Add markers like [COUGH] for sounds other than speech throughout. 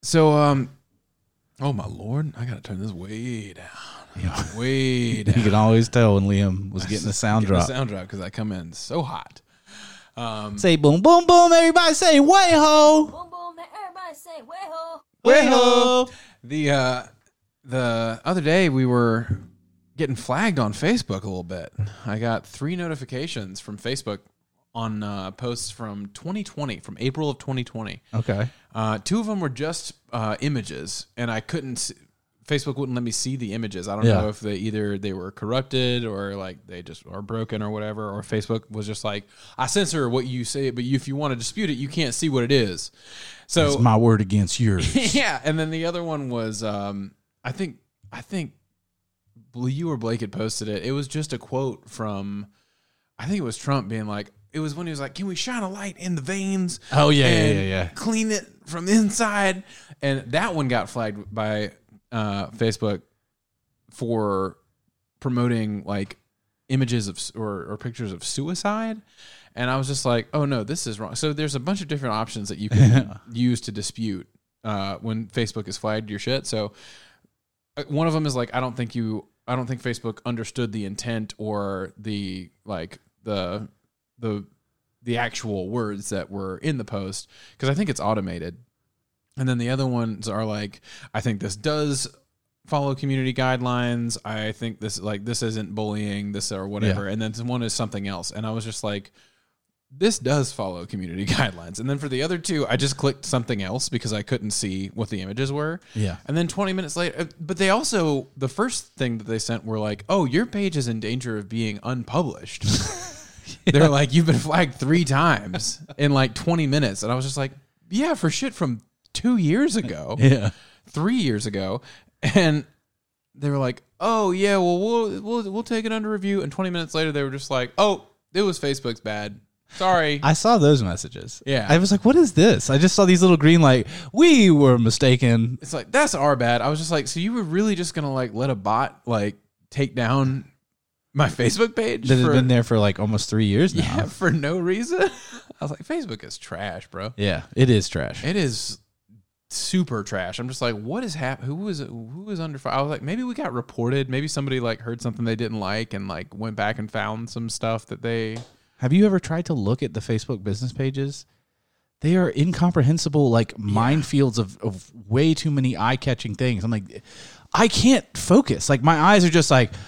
So, um, oh my lord, I gotta turn this way down, [LAUGHS] way down. [LAUGHS] You can always tell when Liam [LAUGHS] was getting the sound Get the drop. sound drop because I come in so hot. Um, Say boom, boom, boom. Everybody say way ho, Boom, boom, now everybody say, way ho. way ho. the uh, the other day we were getting flagged on Facebook a little bit. I got three notifications from Facebook on uh, posts from 2020, from April of 2020. Okay. Uh, two of them were just uh, images, and I couldn't. See, Facebook wouldn't let me see the images. I don't Yeah. know if they either they were corrupted or like they just are broken or whatever. Or Facebook was just like, I censor what you say, but you, if you want to dispute it, you can't see what it is. It's So my word against [LAUGHS] yours. yeah, and then the other one was, um, I think, I think Bl- you or Blake had posted it. It was just a quote from, I think it was Trump being like, it was when he was like, "Can we shine a light in the veins?" [LAUGHS] Oh yeah, and clean it from the [LAUGHS] inside. And that one got flagged by uh, Facebook for promoting like images of or, or pictures of suicide. And I was just like, oh no, this is wrong. So there's a bunch of different options that you [LAUGHS] can use to dispute uh, when Facebook has flagged your shit. So uh, one of them is like, I don't think you, I don't think Facebook understood the intent or the like the the the actual words that were in the post because I think it's automated. And then the other ones are like, I think this does follow community guidelines. I think this like this isn't bullying, this or whatever. And then one is something else. And I was just like, this does follow community [LAUGHS] guidelines. And then for the other two, I just clicked something else because I couldn't see what the images were. Yeah. And then 20 minutes later, uh, but they also the first thing that they sent were like, "Oh, your page is in danger of being unpublished." They're like, "You've been flagged 3 times in like 20 minutes." And I was just like, "Yeah, for shit from 2 years ago." Yeah. 3 years ago. And they were like, "Oh, yeah, well we'll we'll we'll take it under review." And 20 minutes later they were just like, "Oh, it was Facebook's bad. Sorry." I saw those messages. Yeah. I was like, what is this? I just saw these little green like we were mistaken. it's like that's our bad. I was just like, so you were really just gonna like let a bot like take down my Facebook page That had for, been there for like almost three years now. [LAUGHS] yeah, for no reason? I was like, Facebook is trash, bro. Yeah, it is trash. It is super trash. I'm just like, what is happening? Who was who was under fire? I was like, maybe we got reported. Maybe somebody like heard something they didn't like and like went back and found some stuff that they. Have you ever tried to look at the Facebook business pages? They are incomprehensible, like minefields of, of way too many eye catching things. I'm like, I can't focus. Like, my eyes are just like, [SIGHS]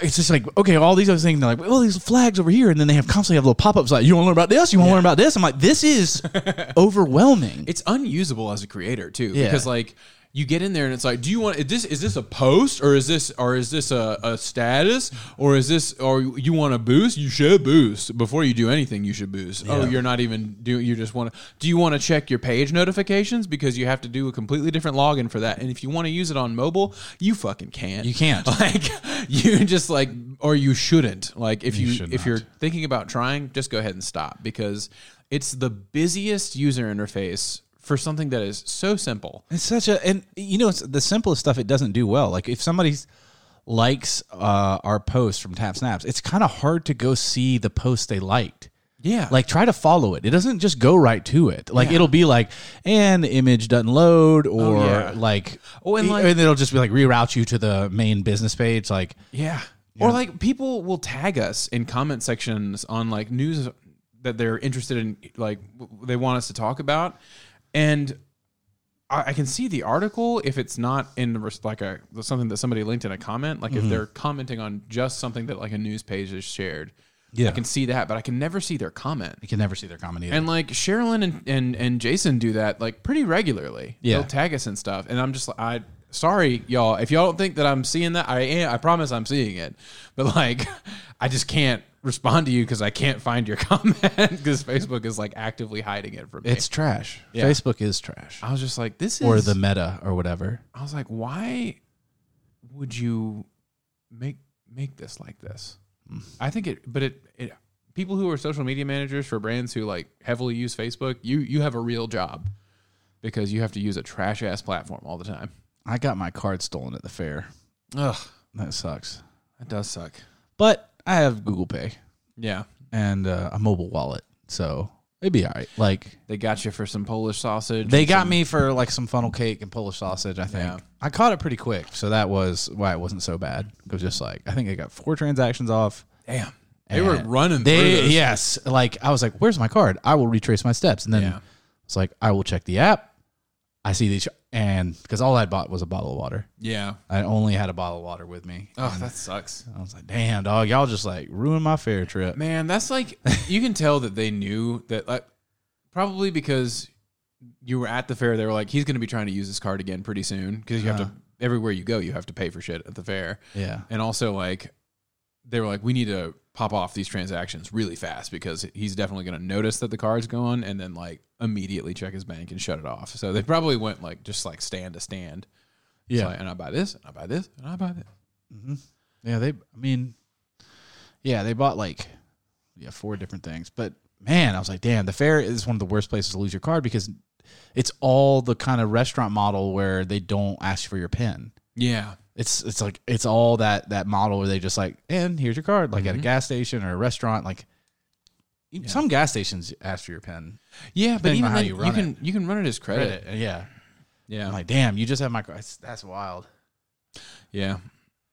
it's just like, okay, all these other things. They're like, well, these flags over here. And then they have constantly have little pop ups like, you want to learn about this? You want to learn about this? I'm like, this [LAUGHS] is overwhelming. It's unusable as a creator too, Yeah. because like. You get in there and it's like, do you want is this? Is this a post or is this or is this a, a status or is this or you want to boost? You should boost before you do anything. You should boost. Oh, you're not even doing. You just want to. Do you want to check your page notifications because you have to do a completely different login for that? And if you want to use it on mobile, you fucking can't. You can't. [LAUGHS] Like you just like or you shouldn't. Like if you, should if not. you're thinking about trying, just go ahead and stop because it's the busiest user interface for something that is so simple. It's such a and you know it's the simplest stuff it doesn't do well. Like if somebody likes uh, our post from Tap Snaps, it's kind of hard to go see the post they liked. Yeah. Like try to follow it. It doesn't just go right to it. Like it'll be like an image doesn't load or yeah. like Oh, and, like- it'll just be like reroute you to the main business page like Yeah. Or like people will tag us in comment sections on like news that they're interested in, like w- they want us to talk about, and I, I can see the article if it's not in the res- like a something that somebody linked in a comment, like if they're commenting on just something that like a news page has shared. Yeah. I can see that, but I can never see their comment. you can never see their comment either. And like Sherilyn and, and and Jason do that like pretty regularly. Yeah. They'll tag us and stuff. And I'm just like I sorry y'all if y'all don't think that I'm seeing that I am I promise I'm seeing it. But like [LAUGHS] I just can't respond to you because I can't find your [LAUGHS] comment because Facebook is like actively hiding it from me. it's trash. Facebook is trash. I was just like this is Or the meta or whatever. I was like why would you make make this like this? I think it but it it people who are social media managers for brands who like heavily use Facebook, you you have a real job because you have to use a trash ass platform all the time. I got my card stolen at the fair. Ugh, That sucks. that does suck. But I have Google Pay. Yeah. and uh, a mobile wallet. So It'd be all right. Like They got you for some Polish sausage. they and got some- me for like some funnel cake and Polish sausage. I think Yeah. I caught it pretty quick, so that was why it wasn't so bad. It was just like I think I got four transactions off. Damn, they were And running. They through this. yes, like I was like, "Where's my card? I will retrace my steps." And then Yeah. it's like, "I will check the app." I see these, and because all I bought was a bottle of water, yeah. I only had a bottle of water with me. Oh, that sucks. I was like, "Damn, dog, y'all just like ruined my fair trip." Man, that's like you can tell that they knew that like probably because you were at the fair, they were like, he's going to be trying to use this card again pretty soon because you Uh-huh. have to everywhere you go, you have to pay for shit at the fair, Yeah, and also like they were like, we need to pop off these transactions really fast because he's definitely going to notice that the card's gone and then like immediately check his bank and shut it off. So they probably went like just like stand to stand, It's yeah, like, and I buy this, and I buy this, and I buy this. yeah. They, I mean, yeah, they bought like yeah four different things, but man, I was like, "Damn, the fair is one of the worst places to lose your card because it's all the kind of restaurant model where they don't ask for your pin." Yeah, it's it's like it's all that that model where they just like and here's your card like at a Mhm. gas station or a restaurant like e, Yeah. some gas stations ask for your pen yeah, but Depending even on how then, you you, run can you can run it as credit. credit and yeah Yeah, I'm like damn you just have my card that's, that's wild Yeah.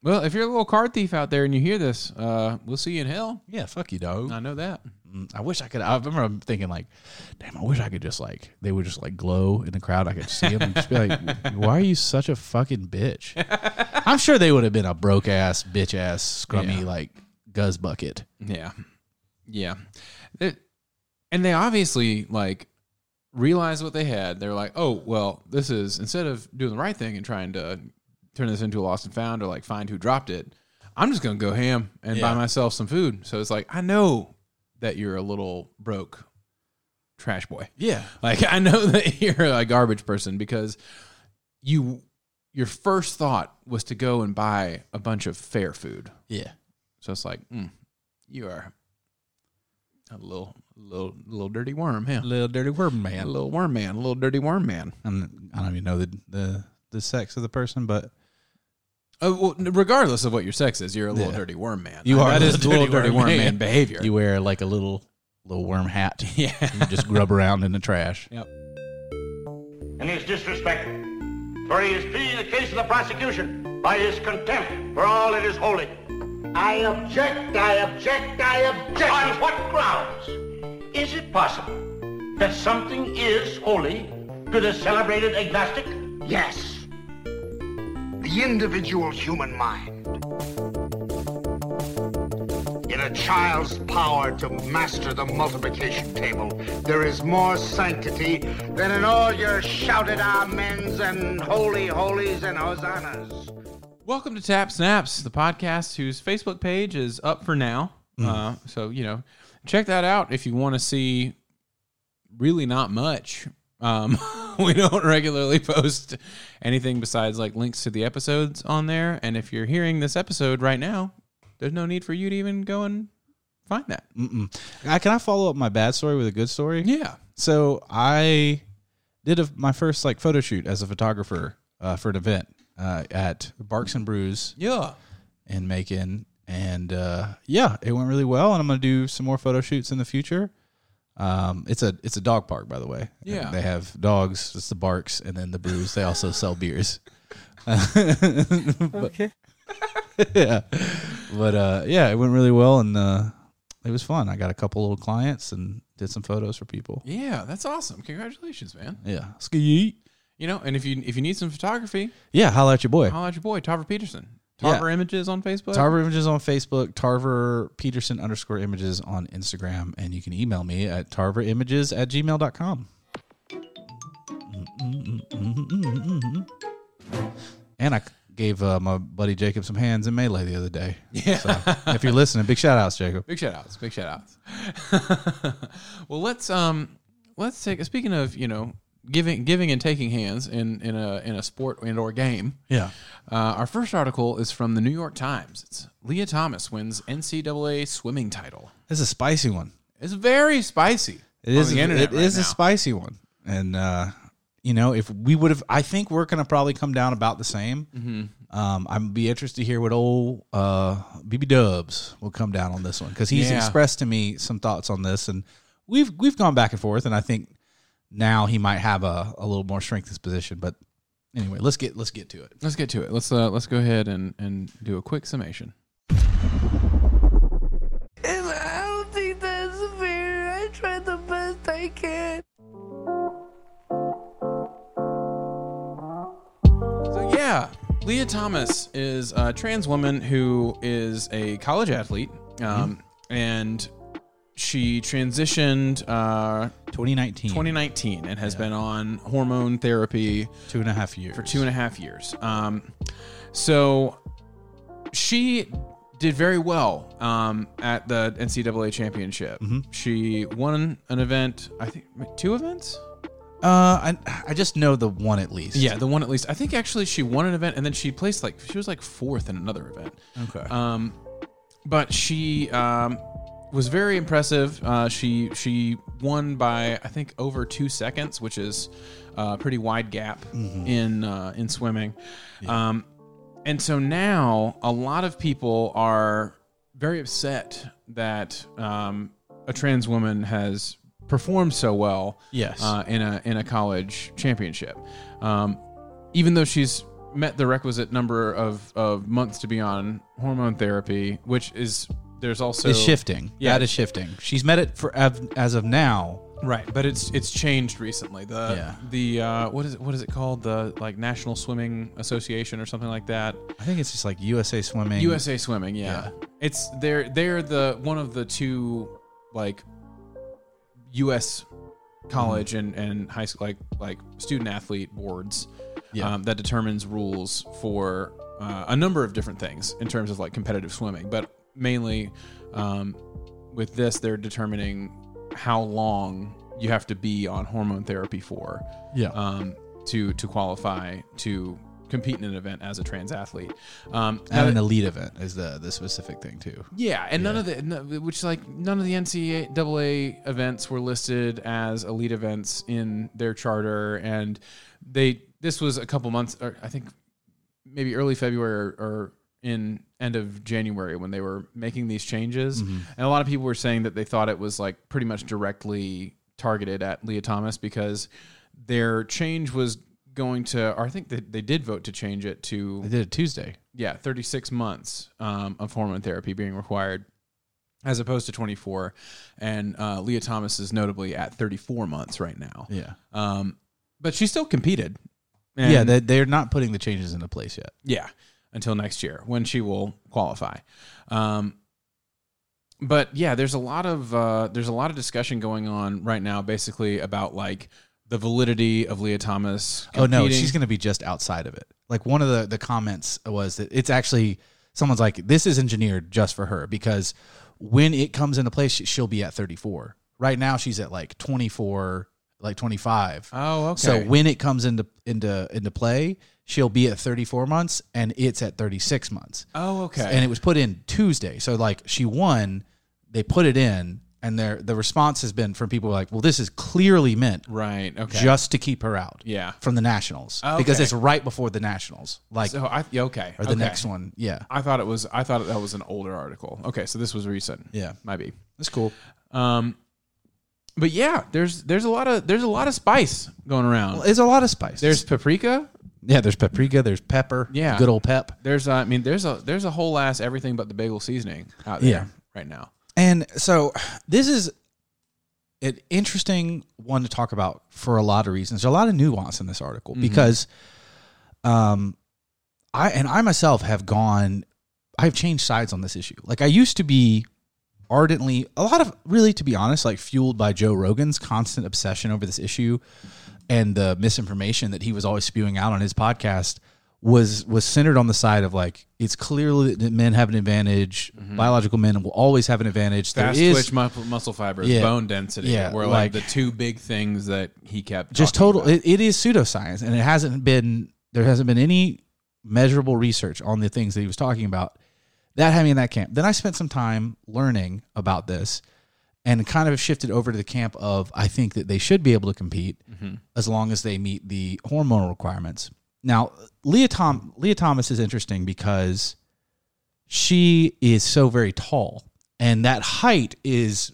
Well, if you're a little card thief out there and you hear this, uh, we'll see you in hell. yeah fuck you dog I know that. Mm, I wish I could I remember I'm thinking like damn I wish I could just like they would just like glow in the crowd I could see them and just be like [LAUGHS] why are you such a fucking bitch [LAUGHS] I'm sure they would have been a broke ass bitch ass scrummy Yeah. like guz bucket Yeah. Yeah. It- and they obviously like realized what they had. They're like, oh, well, this is instead of doing the right thing and trying to turn this into a lost and found or like find who dropped it, I'm just going to go ham and Yeah. buy myself some food. So it's like, I know that you're a little broke trash boy. yeah Like I know [LAUGHS] that you're a garbage person because you your first thought was to go and buy a bunch of fair food. yeah So it's like, mm, you are a little little little dirty worm, huh? little dirty word man A little worm man, a little dirty worm man. I'm, I don't even know the, the the sex of the person, but Uh, well, regardless of what your sex is, you're a little Yeah. dirty worm man. You are that a is little little dirty dirty worm worm man. man, behavior. you wear like a little little worm hat. [LAUGHS] yeah. You just grub around in the trash. Yep. and his disrespect. For he is pleading the case of the prosecution by his contempt for all that is holy. I object, I object, I object. On what grounds? Is it possible that something is holy to the celebrated agnostic? Yes. The individual human mind. In a child's power to master the multiplication table, there is more sanctity than in all your shouted amens and holy holies and hosannas. Welcome to Tap Snaps, the podcast whose Facebook page is up for now. Mm. Uh, so, you know, check that out if you want to see really not much. Um, [LAUGHS] we don't regularly post anything besides like links to the episodes on there. And if you're hearing this episode right now, there's no need for you to even go and find that. Mm-mm. I, can I follow up my bad story with a good story? Yeah. So I did a, my first like photo shoot as a photographer uh, for an event uh, at Barks and Brews Yeah. in Macon, and uh, yeah, it went really well. And I'm gonna do some more photo shoots in the future. Um, it's a it's a dog park, by the way. Yeah. they have dogs. It's the Barks, and then the Brews. They also sell beers. [LAUGHS] okay. [LAUGHS] yeah, but uh, yeah, it went really well, and uh, it was fun. I got a couple little clients and did some photos for people. Yeah. That's awesome. Congratulations, man. Yeah, ski. You know, and if you if you need some photography, Yeah, holla at your boy. holla at your boy, Tarver Peterson. Yeah. Tarver Images on Facebook. Tarver Images on Facebook, Tarver Peterson underscore images on Instagram, and you can email me at tarverimages at gmail.com. Mm-hmm. And I gave uh, my buddy Jacob some hands in Melee the other day. Yeah. If you're listening, big shout outs, Jacob. Big shout outs. Big shout outs. [LAUGHS] well, let's um let's take speaking of, you know, giving giving and taking hands in in a in a sport and or game. Yeah. Uh, our first article is from the New York Times. It's Leah Thomas wins NCAA swimming title. It's a spicy one. It's very spicy. It is. on the It is internet right a now. spicy one, and uh, you know, if we would have, I think we're gonna probably come down about the same. Mm-hmm. Um, I'd be interested to hear what old uh, BB Dubs will come down on this one because he's Yeah. expressed to me some thoughts on this, and we've we've gone back and forth, and I think now he might have a, a little more strength in his position. But anyway, let's get let's get to it. Let's get to it. Let's uh, let's go ahead and and do a quick summation. And I don't think that's fair. I tried the best I can. So yeah, Leah Thomas is a trans woman who is a college athlete, um, and she transitioned uh, 2019, 2019 and has been on hormone therapy two and a half years. for two and a half years. Um, so she did very well um, at the NCAA championship. She won an event, I think two events. uh, I I just know the one at least. Yeah, the one at least. I think actually she won an event and then she placed like she was like fourth in another event. Okay. Um, but she um, was very impressive. Uh, she she won by I think over two seconds, which is a pretty wide gap in uh, in swimming. Um, and so now a lot of people are very upset that um, a trans woman has performed so well Yes. uh, in a in a college championship um, even though she's met the requisite number of, of months to be on hormone therapy which is there's also it's shifting. Yeah. that is shifting. She's met it for av- as of now. right but it's it's changed recently the Yeah. the uh, what is it what is it called the like national swimming association or something like that I think it's just like USA Swimming. USA Swimming, yeah. It's they're they're the one of the two like US college and and high school like like student athlete boards Yeah. um, that determines rules for uh, a number of different things in terms of like competitive swimming, but mainly um, with this they're determining how long you have to be on hormone therapy for Yeah. um, to to qualify to compete in an event as a trans athlete. Um, at now- an elite event is the the specific thing too. yeah, and none of the no, which like none of the NCAA events were listed as elite events in their charter, and they this was a couple months, or I think maybe early February or, or in end of January when they were making these changes, Mm-hmm. and a lot of people were saying that they thought it was like pretty much directly targeted at Leah Thomas because their change was going to, or I think they, they did vote to change it to They did it Tuesday. yeah, 36 months um, of hormone therapy being required as opposed to 24. And uh, Leah Thomas is notably at 34 months right now. Yeah. Um, but she still competed. And- yeah, they, they're not putting the changes into place yet. yeah, until next year when she will qualify. Um, but yeah, there's a lot of uh, there's a lot of discussion going on right now, basically about like the validity of Leah Thomas. Oh no, competing. she's going to be just outside of it. Like one of the the comments was that it's actually someone's like this is engineered just for her because when it comes into place she, she'll be at 34. Right now she's at like 24, like 25. Oh, okay. So when it comes into into into play, she'll be at 34 months and it's at 36 months. oh, okay. and it was put in Tuesday. So like she won, they put it in, and their the response has been from people like, well, this is clearly meant right. Okay. just to keep her out, Yeah. from the nationals Okay. because it's right before the nationals, like so I yeah, okay. or the okay. next one. Yeah, I thought it was. I thought that was an older article. Okay, so this was recent. Yeah. might be. that's cool. Um, but yeah, there's there's a lot of there's a lot of spice going around. There's a lot of spice. there's paprika. yeah, there's paprika, there's pepper, Yeah. good old pep. There's uh, I mean there's a there's a whole ass everything but the bagel seasoning out there Yeah. right now. And so this is an interesting one to talk about for a lot of reasons. There's a lot of nuance in this Mm-hmm. article because um I and I myself have gone I've changed sides on this issue. Like I used to be ardently a lot of really to be honest like fueled by Joe Rogan's constant obsession over this issue and the misinformation that he was always spewing out on his podcast was was centered on the side of like it's clearly that men have an advantage biological men will always have an advantage There Mm-hmm. Fast is twitch mu- muscle fibers, Yeah. bone density Yeah, were like, like- the two big things that he kept just talking total about. it, it is pseudoscience and it hasn't been there hasn't been any measurable research on the things that he was talking about that had me in that camp then i spent some time learning about this and kind of shifted over to the camp of i think that they should be able to compete Mm-hmm. as long as they meet the hormonal requirements now leah, Tom, leah thomas is interesting because she is so very tall and that height is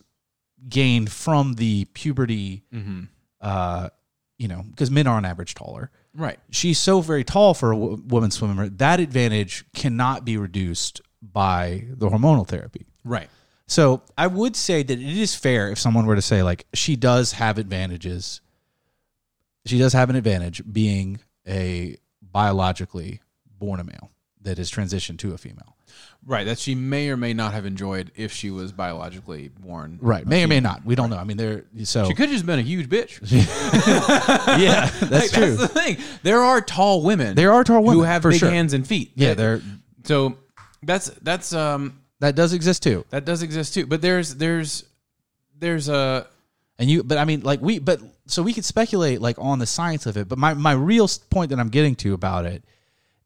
gained from the puberty, Mm-hmm. uh, you know, because men are on average taller. Right. She's so very tall for a w- woman swimmer. That advantage cannot be reduced by the hormonal therapy. Right. So I would say that it is fair if someone were to say like she does have advantages. She does have an advantage being a biologically born a male that is transitioned to a female. Right. That she may or may not have enjoyed if she was biologically born. Right. May or may not. We don't know. I mean, there. So She could have just been a huge bitch. [LAUGHS] [LAUGHS] yeah, that's Like, true. That's the thing. There are tall women. There are tall women, who have for big sure. hands and feet. yeah, That- there. So that's that's um That does exist too. that does exist too. But there's there's there's a And you, but I mean, like we, but so we could speculate like on the science of it. But my my real s- point that I'm getting to about it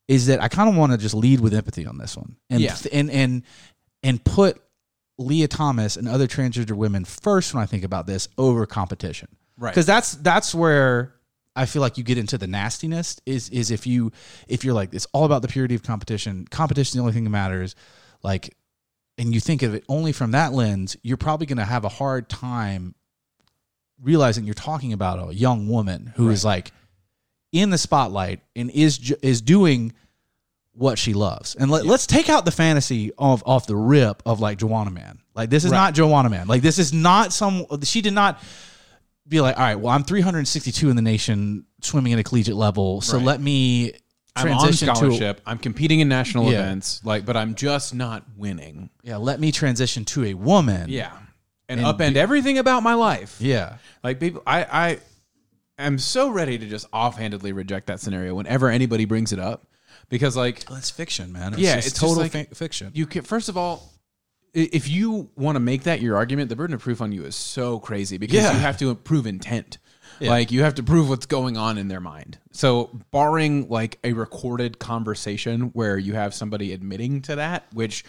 is that I kind of want to just lead with empathy on this one, and Yeah. and and and put Leah Thomas and other transgender women first when I think about this over competition, Right. Because that's that's where I feel like you get into the nastiness is is if you if you're like it's all about the purity of competition. Competition is the only thing that matters, like. And you think of it only from that lens, you're probably going to have a hard time realizing you're talking about a young woman who is like in the spotlight and is ju- is doing what she loves. And let, let's take out the fantasy of off the rip of like Joanna Man. Like this is not Joanna Man. Like this is not some. She did not be like, all right, well, I'm 362 in the nation swimming at a collegiate level, so let me transition I'm on to scholarship. I'm competing in national Yeah. events, like, but I'm just not winning. yeah, let me transition to a woman. Yeah, and, upend everything about my life. yeah, Like people, I I am so ready to just offhandedly reject that scenario whenever anybody brings it up, because like Well, it's fiction, man. It's Yeah, just it's just total like- fi- fiction. you can first of all i- if you want to make that your argument the burden of proof on you is so crazy because Yeah. you have to prove intent like you have to prove what's going on in their mind so barring like a recorded conversation where you have somebody admitting to that which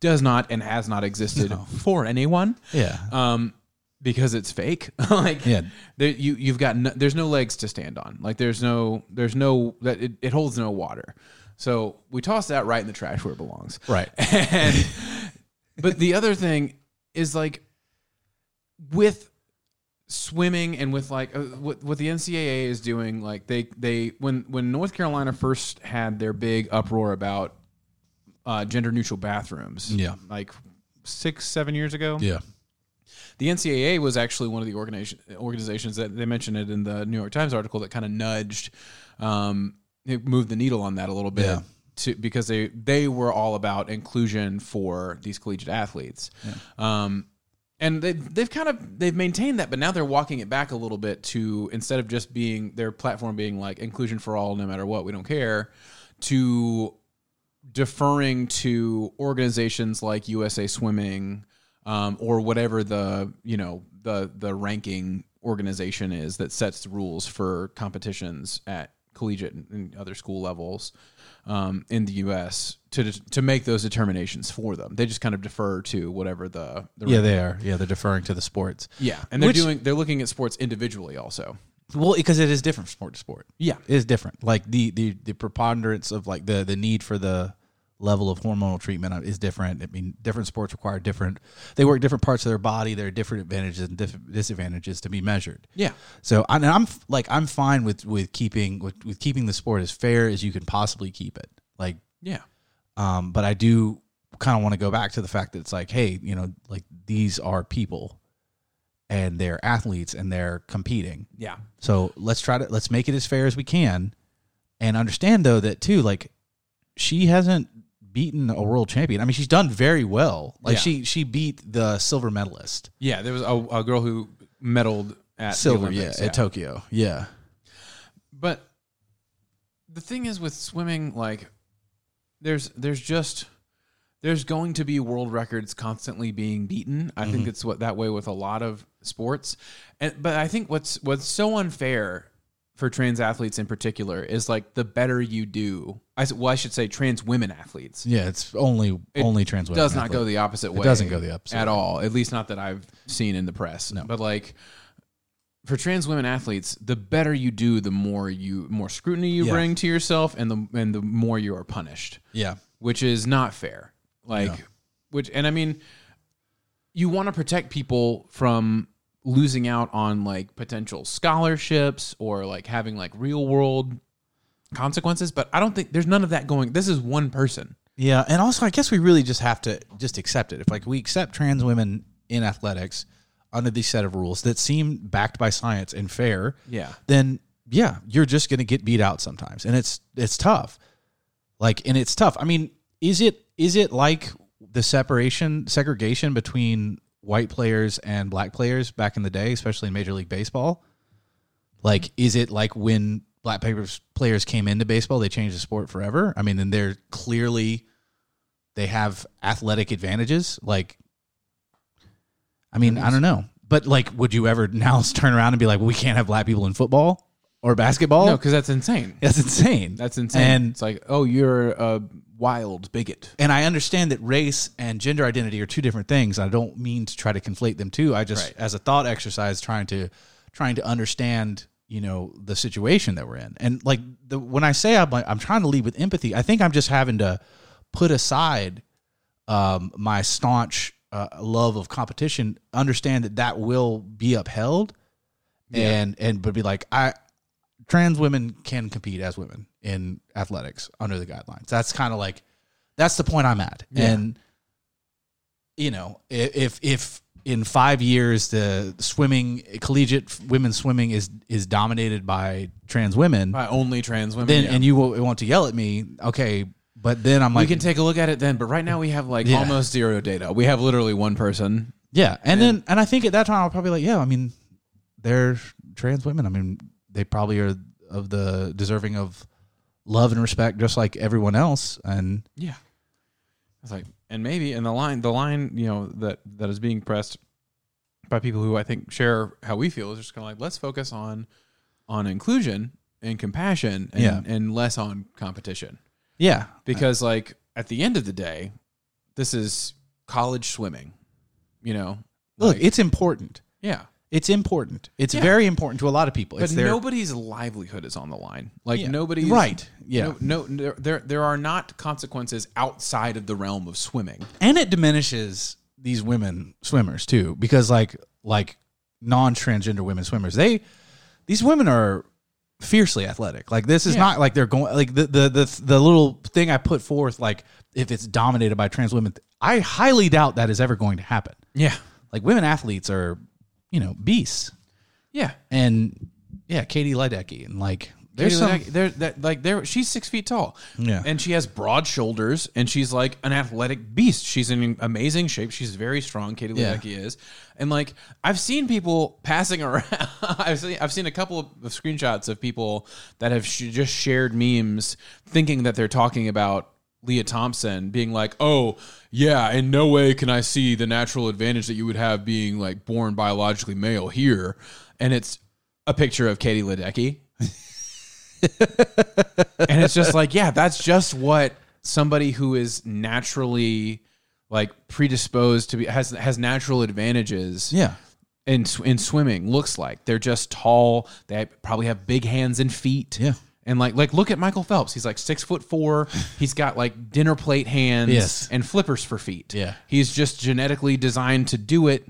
does not and has not existed for anyone yeah, um because it's fake [LAUGHS] like Yeah. there, you you've got no, there's no legs to stand on like there's no there's no that it, it holds no water so we toss that right in the trash where it belongs [LAUGHS] right. and but the other thing is like with swimming and with like uh, what, what the NCAA is doing like they they when when North Carolina first had their big uproar about uh, gender neutral bathrooms Yeah. like 6 7 years ago Yeah, the NCAA was actually one of the organization, organizations that they mentioned it in the New York Times article that kind of nudged, um, it moved the needle on that a little bit Yeah. to, because they they were all about inclusion for these collegiate athletes, um, and they they've kind of they've maintained that, but now they're walking it back a little bit to instead of just being their platform being like inclusion for all, no matter what, we don't care, to deferring to organizations like USA Swimming um, or whatever the you know the the ranking organization is that sets the rules for competitions at collegiate and- and other school levels um, in the U.S. to to make those determinations for them. They just kind of defer to whatever the, the yeah, ranking- they are. Yeah, they're deferring to the sports. yeah, and they're Which- doing they're looking at sports individually also. Well, because it is different from sport to sport. Yeah. it is different. Like the the the preponderance of like the the need for the level of hormonal treatment uh, is different. I mean, different sports require different. They work different parts of their body. There are different advantages and diff- disadvantages to be measured. Yeah. So I- and I'm f- like I'm fine with with keeping with, with keeping the sport as fair as you can possibly keep it. Like, Yeah. um, but I do kind of want to go back to the fact that it's like, hey, you know, like these are people, and they're athletes and they're competing. Yeah. So let's try to let's make it as fair as we can, and understand though that too, like she hasn't beaten a world champion. I mean, she's done very well. Like Yeah. she she beat the silver medalist, Yeah, there was a, a girl who medaled at the silver, yeah, Olympics, at Tokyo, yeah, But the thing is with swimming, like there's there's just there's going to be world records constantly being beaten. I think it's what that way with a lot of sports. And but I think what's what's so unfair for trans athletes in particular is like the better you do. I s- well, I should say trans women athletes. yeah. It's only It only trans women does not athlete. go the opposite way. doesn't go the opposite at all. At least not that I've seen in the press. No, but like for trans women athletes, the better you do, the more you more scrutiny you Yeah. bring to yourself, and the and the more you are punished, yeah, which is not fair. Like, which and I mean, you want to protect people from losing out on like potential scholarships or like having like real world consequences but i don't think there's none of that going this is one person Yeah, and also I guess we really just have to just accept it. If like we accept trans women in athletics under these set of rules that seem backed by science and fair, Yeah. then yeah, you're just going to get beat out sometimes, and it's it's tough. Like, and it's tough. I mean, is it is it like the separation segregation between white players and black players back in the day, especially in Major League Baseball? Like, is it like when black papers players came into baseball, they changed the sport forever? I mean, then they're clearly they have athletic advantages. Like, I mean, I don't know, but like, would you ever now [LAUGHS] turn around and be like, well, we can't have black people in football or basketball? no because that's insane that's insane. that's insane And it's like oh you're a wild bigot and I understand that race and gender identity are two different things. I don't mean to try to conflate them too. I just, Right. as a thought exercise, trying to trying to understand, you know, the situation that we're in. And like the when I say I'm like, I'm trying to lead with empathy, I think I'm just having to put aside um, my staunch uh, love of competition. Understand that that will be upheld, and and but be like I. Trans women can compete as women in athletics under the guidelines. That's kind of like that's the point I'm at. And you know, i- if if in five years the swimming collegiate women's swimming is is dominated by trans women, by only trans women then yeah. and you will want to yell at me, okay. But then I'm we like, can take a look at it then but right now we have like Yeah. almost zero data we have literally one person yeah, and, then and I think at that time I'll probably like, yeah, I mean, they're trans women. I mean, they probably are of the deserving of love and respect, just like everyone else. And Yeah. It's like, and maybe, and the line, the line, you know, that that is being pressed by people who I think share how we feel is just kind of like, let's focus on on inclusion and compassion, and, Yeah. and less on competition, yeah, because like at the end of the day, this is college swimming, you know. look, Like, it's important. yeah, It's important. It's Yeah. very important to a lot of people. but it's their nobody's livelihood is on the line. Like Yeah. nobody's Right. Yeah. No, no there, there there are not consequences outside of the realm of swimming. and it diminishes these women swimmers too because like like non-transgender women swimmers they these women are fiercely athletic like this is Yeah. not like they're going like the, the the the little thing i put forth like if it's dominated by trans women i highly doubt that is ever going to happen Yeah. like women athletes are you know beasts Yeah. and yeah katie ledecky and like There's there's some there that like there she's six feet tall. Yeah. And she has broad shoulders and she's like an athletic beast. She's in amazing shape. She's very strong, Katie Yeah. Ledecky is. And like I've seen people passing [LAUGHS] around I've seen I've seen a couple of screenshots of people that have sh- just shared memes thinking that they're talking about Leah Thompson being like, "Oh, yeah, in no way can I see the natural advantage that you would have being like born biologically male here." And it's a picture of Katie Ledecky and it's just like, yeah, that's just what somebody who is naturally like predisposed to be has has natural advantages yeah in sw- in swimming looks like. They're just tall. They probably have big hands and feet. Yeah. And like like look at Michael Phelps. He's like six foot four. He's got like dinner plate hands Yes. and flippers for feet. Yeah. He's just genetically designed to do it.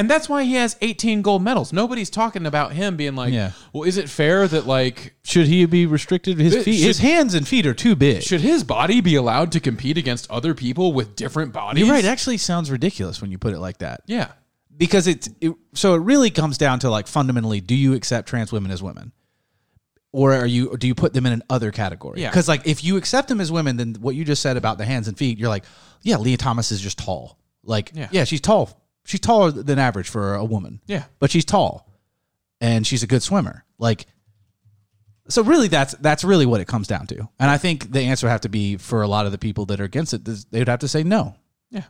And that's why he has 18 gold medals. Nobody's talking about him being like, Yeah. well, is it fair that like should he be restricted his It feet should- his hands and feet are too big Should his body be allowed to compete against other people with different bodies? you're right eh? it actually sounds ridiculous when you put it like that Yeah. because it's it, so it really comes down to like fundamentally do you accept trans women as women or are you or do you put them in an other category Yeah. because like if you accept them as women then what you just said about the hands and feet you're like yeah leah thomas is just tall like Yeah. yeah, she's tall she's taller than average for a woman Yeah. but she's tall and she's a good swimmer like so really that's that's really what it comes down to and i think the answer would have to be for a lot of the people that are against it this- they would have to say no Yeah.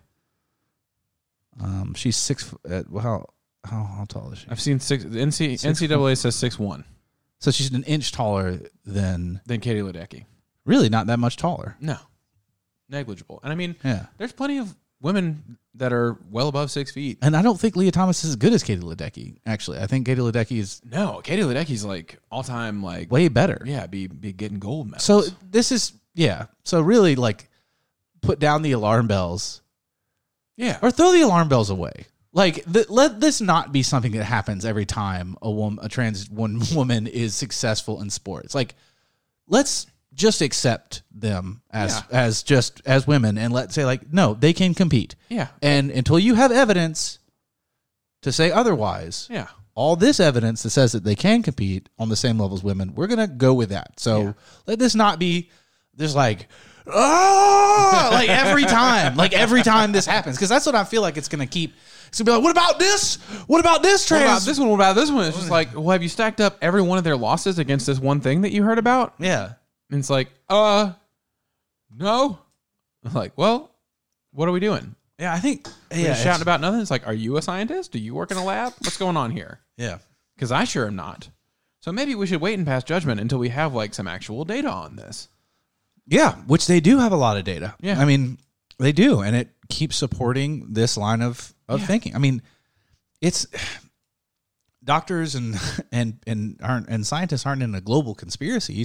um, she's six fo- uh, well how, how how tall is she I've seen six. the NC, NCAA says six one So she's an inch taller than than Katie Ledecky. really not that much taller. No. Negligible. And I mean, Yeah. there's plenty of women that are well above six feet. And I don't think Leah Thomas is as good as Katie Ledecky, actually. I think Katie Ledecky is No, Katie Ledecky's like all time, like, way better. yeah, be, be getting gold medals. So this is yeah. So really like put down the alarm bells yeah. or throw the alarm bells away. Like th- let this not be something that happens every time a woman, a trans [LAUGHS] one woman is successful in sports. Like let's just accept them as as just as women and let's say like no, they can compete. Yeah. And until you have evidence to say otherwise, Yeah. all this evidence that says that they can compete on the same level as women, we're gonna go with that. So let this not be just like oh like every time [LAUGHS] like every time this happens because that's what I feel like it's gonna keep it's gonna be like what about this what about this What trans about this one? What about this one? It's just like, well, have you stacked up every one of their losses against this one thing that you heard about? yeah And it's like, uh, no. [LAUGHS] I'm like, well, what are we doing? yeah I think We're yeah just shouting about nothing. It's like, are you a scientist? Do you work in a lab? What's going on here? yeah Because I sure am not. So maybe we should wait and pass judgment until we have like some actual data on this. Yeah, which they do have a lot of data. Yeah. I mean, they do, and it keeps supporting this line of, of Yeah. thinking. I mean, it's [SIGHS] doctors and [LAUGHS] and and aren't and scientists aren't in a global conspiracy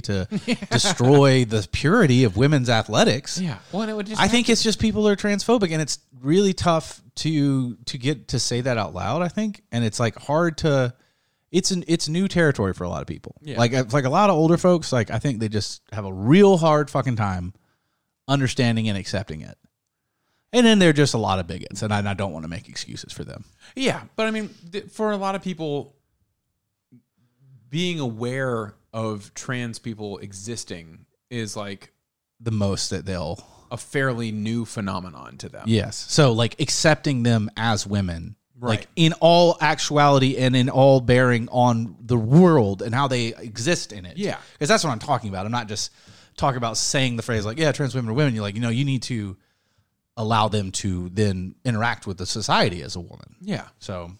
[LAUGHS] to destroy the purity of women's athletics. Yeah. Well, and it would just. I think it's just people are transphobic and it's really tough to to get to say that out loud, I think. And it's like hard to it's an it's new territory for a lot of people. Yeah. Like it's like a lot of older folks, like I think they just have a real hard fucking time understanding and accepting it. And then they're just a lot of bigots, and I, and I don't want to make excuses for them. Yeah, but I mean, th- for a lot of people, being aware of trans people existing is like The most that they'll a fairly new phenomenon to them. Yes. So like accepting them as women. Right. Like in all actuality and in all bearing on the world and how they exist in it. Yeah. Because that's what I'm talking about. I'm not just talking about saying the phrase like, yeah, trans women are women. You're like, you know, you need to allow them to then interact with the society as a woman. Yeah. So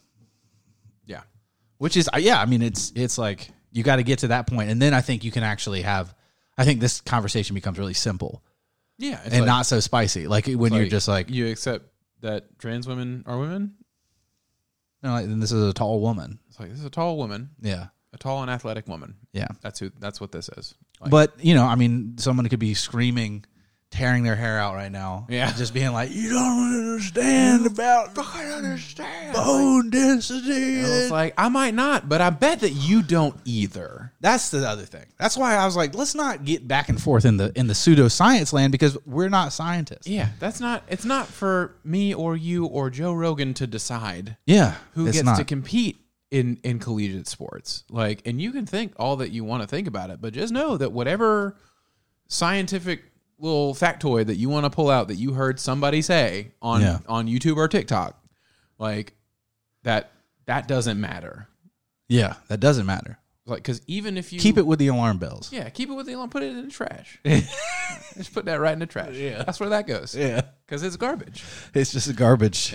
Yeah. which is uh, yeah i mean it's it's like you got to get to that point and then i think you can actually have i think this conversation becomes really simple Yeah. It's and like- not so spicy like when you're like, just like you accept that trans women are women. you know, like, this is a tall woman It's like this is a tall woman, yeah a tall and athletic woman. yeah That's who. That's what this is. Like, but you know, I mean, someone could be screaming, tearing their hair out right now. Yeah. just being like, "You don't understand about understand. bone density." It's like I might not, but I bet that you don't either. That's the other thing. That's why I was like, let's not get back and forth in the in the pseudoscience land because we're not scientists. Yeah, that's not. It's not for me or you or Joe Rogan to decide. Yeah, who it's gets not. to compete in in collegiate sports like and you can think all that you want to think about it but just know that whatever scientific little factoid that you want to pull out that you heard somebody say on Yeah. on YouTube or TikTok like that that doesn't matter Yeah, that doesn't matter. like cuz even if you Keep it with the alarm bells. yeah keep it with the alarm put it in the [LAUGHS] trash just put that right in the trash yeah that's where that goes Yeah, cuz it's garbage it's just [LAUGHS] garbage.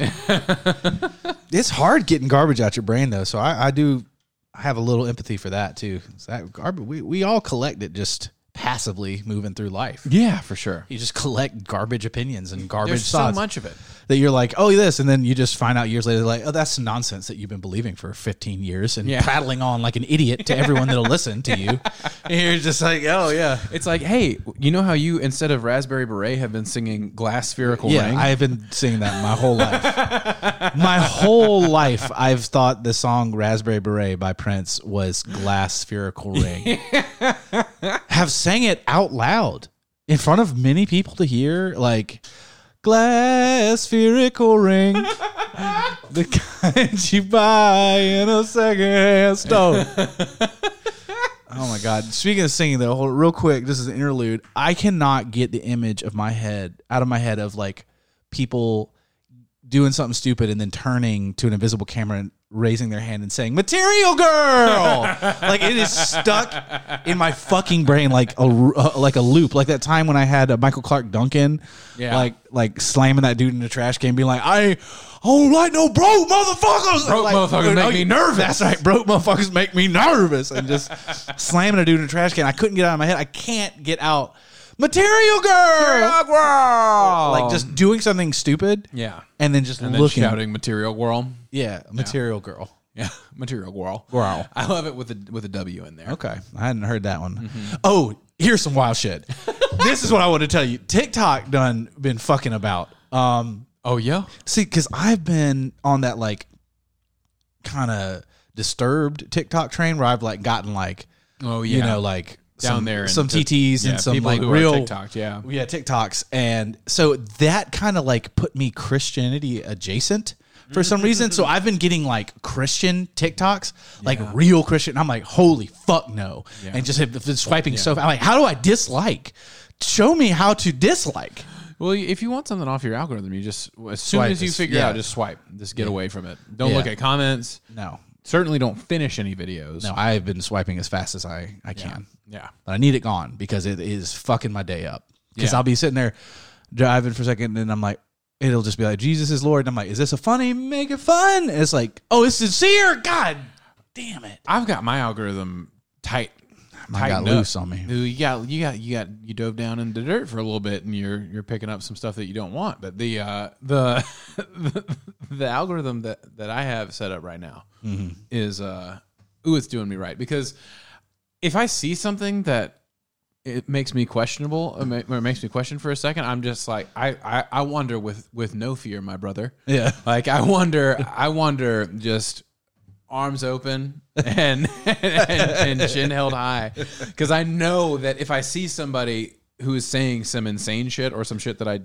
it's hard getting garbage out your brain though, so I, I do have a little empathy for that too. So that garbage, we we all collect it just passively moving through life. yeah for sure You just collect garbage opinions and garbage there's so thoughts much of it that you're like, oh this, and then you just find out years later, like, oh that's nonsense that you've been believing for 15 years and Yeah. prattling on like an idiot to everyone that'll [LAUGHS] listen to you. And you're just like, oh yeah, It's like, hey, you know how you instead of raspberry beret have been singing glass spherical Yeah, ring? I've been singing that my whole life. my whole life, I've thought the song "Raspberry Beret" by Prince was glass spherical ring. Have sang it out loud in front of many people to hear, like glass spherical ring, the kind you buy in a secondhand store. Oh my god! Speaking of singing, though, hold, real quick, this is an interlude. I cannot get the image of my head out of my head of like people doing something stupid and then turning to an invisible camera and raising their hand and saying [LAUGHS] "Material Girl." like it is stuck in my fucking brain like a uh, like a loop. Like that time when I had uh, Michael Clark Duncan, Yeah. like like slamming that dude in the trash can, being like, "I." don't like no broke motherfuckers. Broke Like, motherfuckers make no, me you- nervous. That's right. Broke motherfuckers make me nervous. And just slamming a dude in a trash can. I couldn't get out of my head. I can't get out. Material girl. Like just doing something stupid. yeah, And then just and then looking. shouting material whirl. Yeah. Material girl. [LAUGHS] Yeah, material whirl. Whirl. I love it with a with a W in there. Okay. I hadn't heard that one. Oh, here's some wild shit. this is what I want to tell you. TikTok done been fucking about. Um, Oh yeah. See, because I've been on that like kind of disturbed TikTok train where I've like gotten like Oh you know like Down some, there and some to- TTS yeah, and some people like who are real TikToked, yeah. yeah TikToks, and so that kind of like put me Christianity adjacent. For some reason, so I've been getting like Christian TikToks, like real Christian. I'm like, holy fuck no, and just have been swiping so. I'm like, how do I dislike? Show me how to dislike. Well, if you want something off your algorithm, you just as soon Swipe as you is- figure yeah. out, just swipe. Just get away from it. Don't look Yeah. at comments. No, Certainly, don't finish any videos. no, I've been swiping as fast as I I can. Yeah. but I need it gone because it is fucking my day up. Because Yeah. I'll be sitting there driving for a second, and I'm like, it'll just be like, Jesus is Lord. And I'm like, is this a funny? Make it fun. And it's like, oh, it's sincere. God damn it. I've got my algorithm tight. Mine got tightened up. loose on me. Dude, You got you got you got you dove down in the dirt for a little bit, and you're you're picking up some stuff that you don't want. But the uh, the, [LAUGHS] the algorithm that that I have set up right now Mm-hmm. is uh, ooh, it's doing me right because if I see something that it makes me questionable or ma- or it makes me question for a second, I'm just like I I, I wonder with with no fear, my brother. Yeah. Like I wonder, I wonder, just arms open and and, and chin held high, because I know that if I see somebody who is saying some insane shit or some shit that I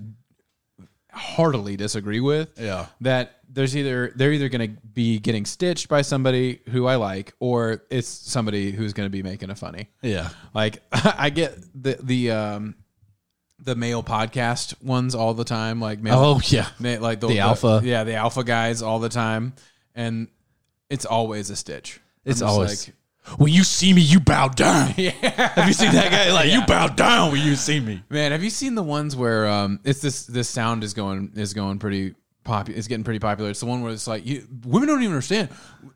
heartily disagree with, Yeah. that there's either they're either going to be getting stitched by somebody who I like, or it's somebody who's going to be making a funny. Yeah. Like [LAUGHS] I get the the um the male podcast ones all the time, like male Oh, yeah. Ma- like the, The alpha. yeah, the alpha guys all the time, and it's always a stitch. I'm It's just always. like, when you see me, you bow down. [LAUGHS] Yeah. Have you seen that guy? Like, you bow down when you see me. man. Have you seen the ones where um, it's this this sound is going is going pretty popular? It's getting pretty popular. It's the one where it's like you, women don't even understand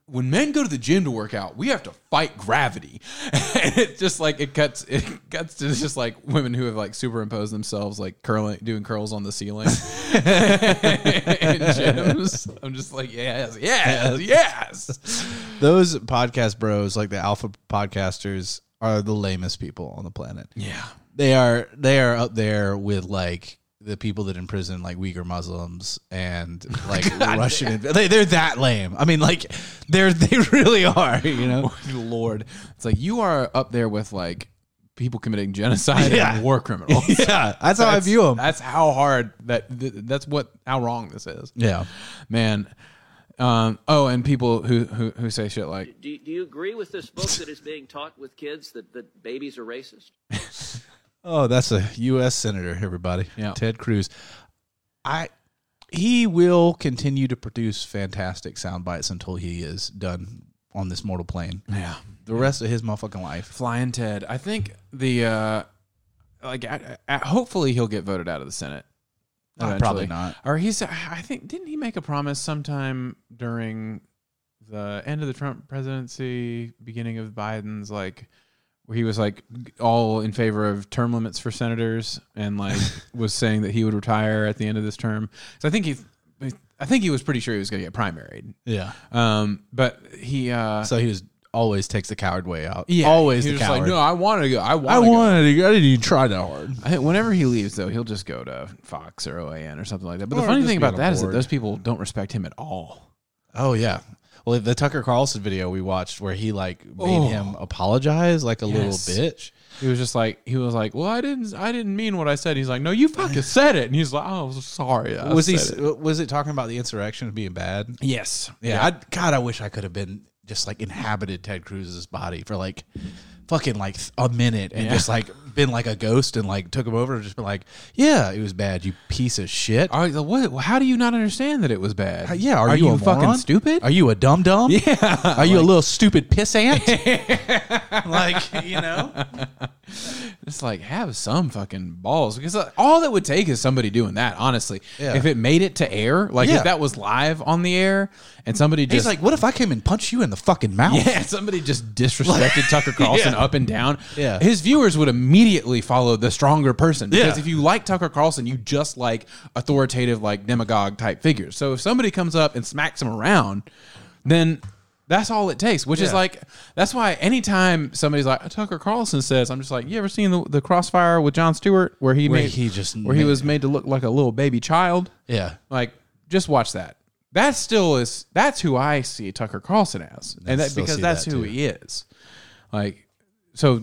when men go to the gym to work out, we have to fight gravity, [LAUGHS] and it's just like it cuts it cuts to just like women who have like superimposed themselves like curling doing curls on the ceiling. [LAUGHS] in gyms. I'm just like yes, yes, yes. Those podcast bros, like the alpha podcasters, are the lamest people on the planet. Yeah. they are they are up there with like the people that imprison like Uyghur Muslims and like Russian. They they're that lame. I mean, like they're they [LAUGHS] really are. You know, Lord. It's like you are up there with like people committing genocide [LAUGHS] Yeah. and war criminals. yeah. That's how I view them. That's how hard that th- that's what how wrong this is. yeah, Man. Um, oh, and people who, who who say shit like Do, do you agree with this book that is being taught with kids that, that babies are racist? Oh, that's a U.S. senator, everybody. Yeah. Ted Cruz. I he will continue to produce fantastic sound bites until he is done on this mortal plane. yeah, The rest of his motherfucking life. flying Ted. I think the uh, like I, I, hopefully he'll get voted out of the Senate. Uh, eventually. probably not. Or he's I think didn't he make a promise sometime during the end of the Trump presidency, beginning of Biden's like where he was like all in favor of term limits for senators and like [LAUGHS] was saying that he would retire at the end of this term. So I think he I think he was pretty sure he was going to get primaried. Yeah. Um but he uh Uh, So he was always takes the coward way out. yeah, always he the was just coward. Oh like no, I want to go. I I want to wanted to. I didn't even try that hard. I think whenever he leaves, though, he'll just go to Fox or OAN or something like that. But the Or funny just thing be about on a that is that board. those people don't respect him at all. Oh yeah. Well, the Tucker Carlson video we watched where he like made Oh. him apologize like a Yes. little bitch. He was just like, he was like, well, I didn't, I didn't mean what I said. He's like, no, you [LAUGHS] fucking said it. And he's like, oh, sorry. I was he? said it." Was it talking about the insurrection being bad? Yes. Yeah. I, God, I wish I could have been just like inhabited Ted Cruz's body for like fucking like a minute and Yeah. just like been like a ghost and like took him over and just been like, yeah, it was bad, you piece of shit. All right, so what? How do you not understand that it was bad? Uh, yeah, are, you, a fucking moron? stupid? Are you a dum [LAUGHS] dum? Yeah. Are you a little stupid piss [LAUGHS] ant? like you know. It's like have some fucking balls because uh, all that would take is somebody doing that. Honestly, Yeah. if it made it to air, like Yeah. if that was live on the air, and somebody He's just like, what if I came and punched you in the fucking mouth? Yeah, somebody just [LAUGHS] disrespected Tucker Carlson up and down. Yeah. His viewers would immediately follow the stronger person. Because Yeah. if you like Tucker Carlson, you just like authoritative, like demagogue type figures. So if somebody comes up and smacks him around, then That's all it takes, which is Yeah. like that's why anytime somebody's like Tucker Carlson says, I'm just like, you ever seen the, the Crossfire with John Stewart where he Where made he just where he made- was made to look like a little baby child? [LAUGHS] Yeah. Like, just watch that. That still is that's who I see Tucker Carlson as, and that still because see that's that, who too. he is. Like, so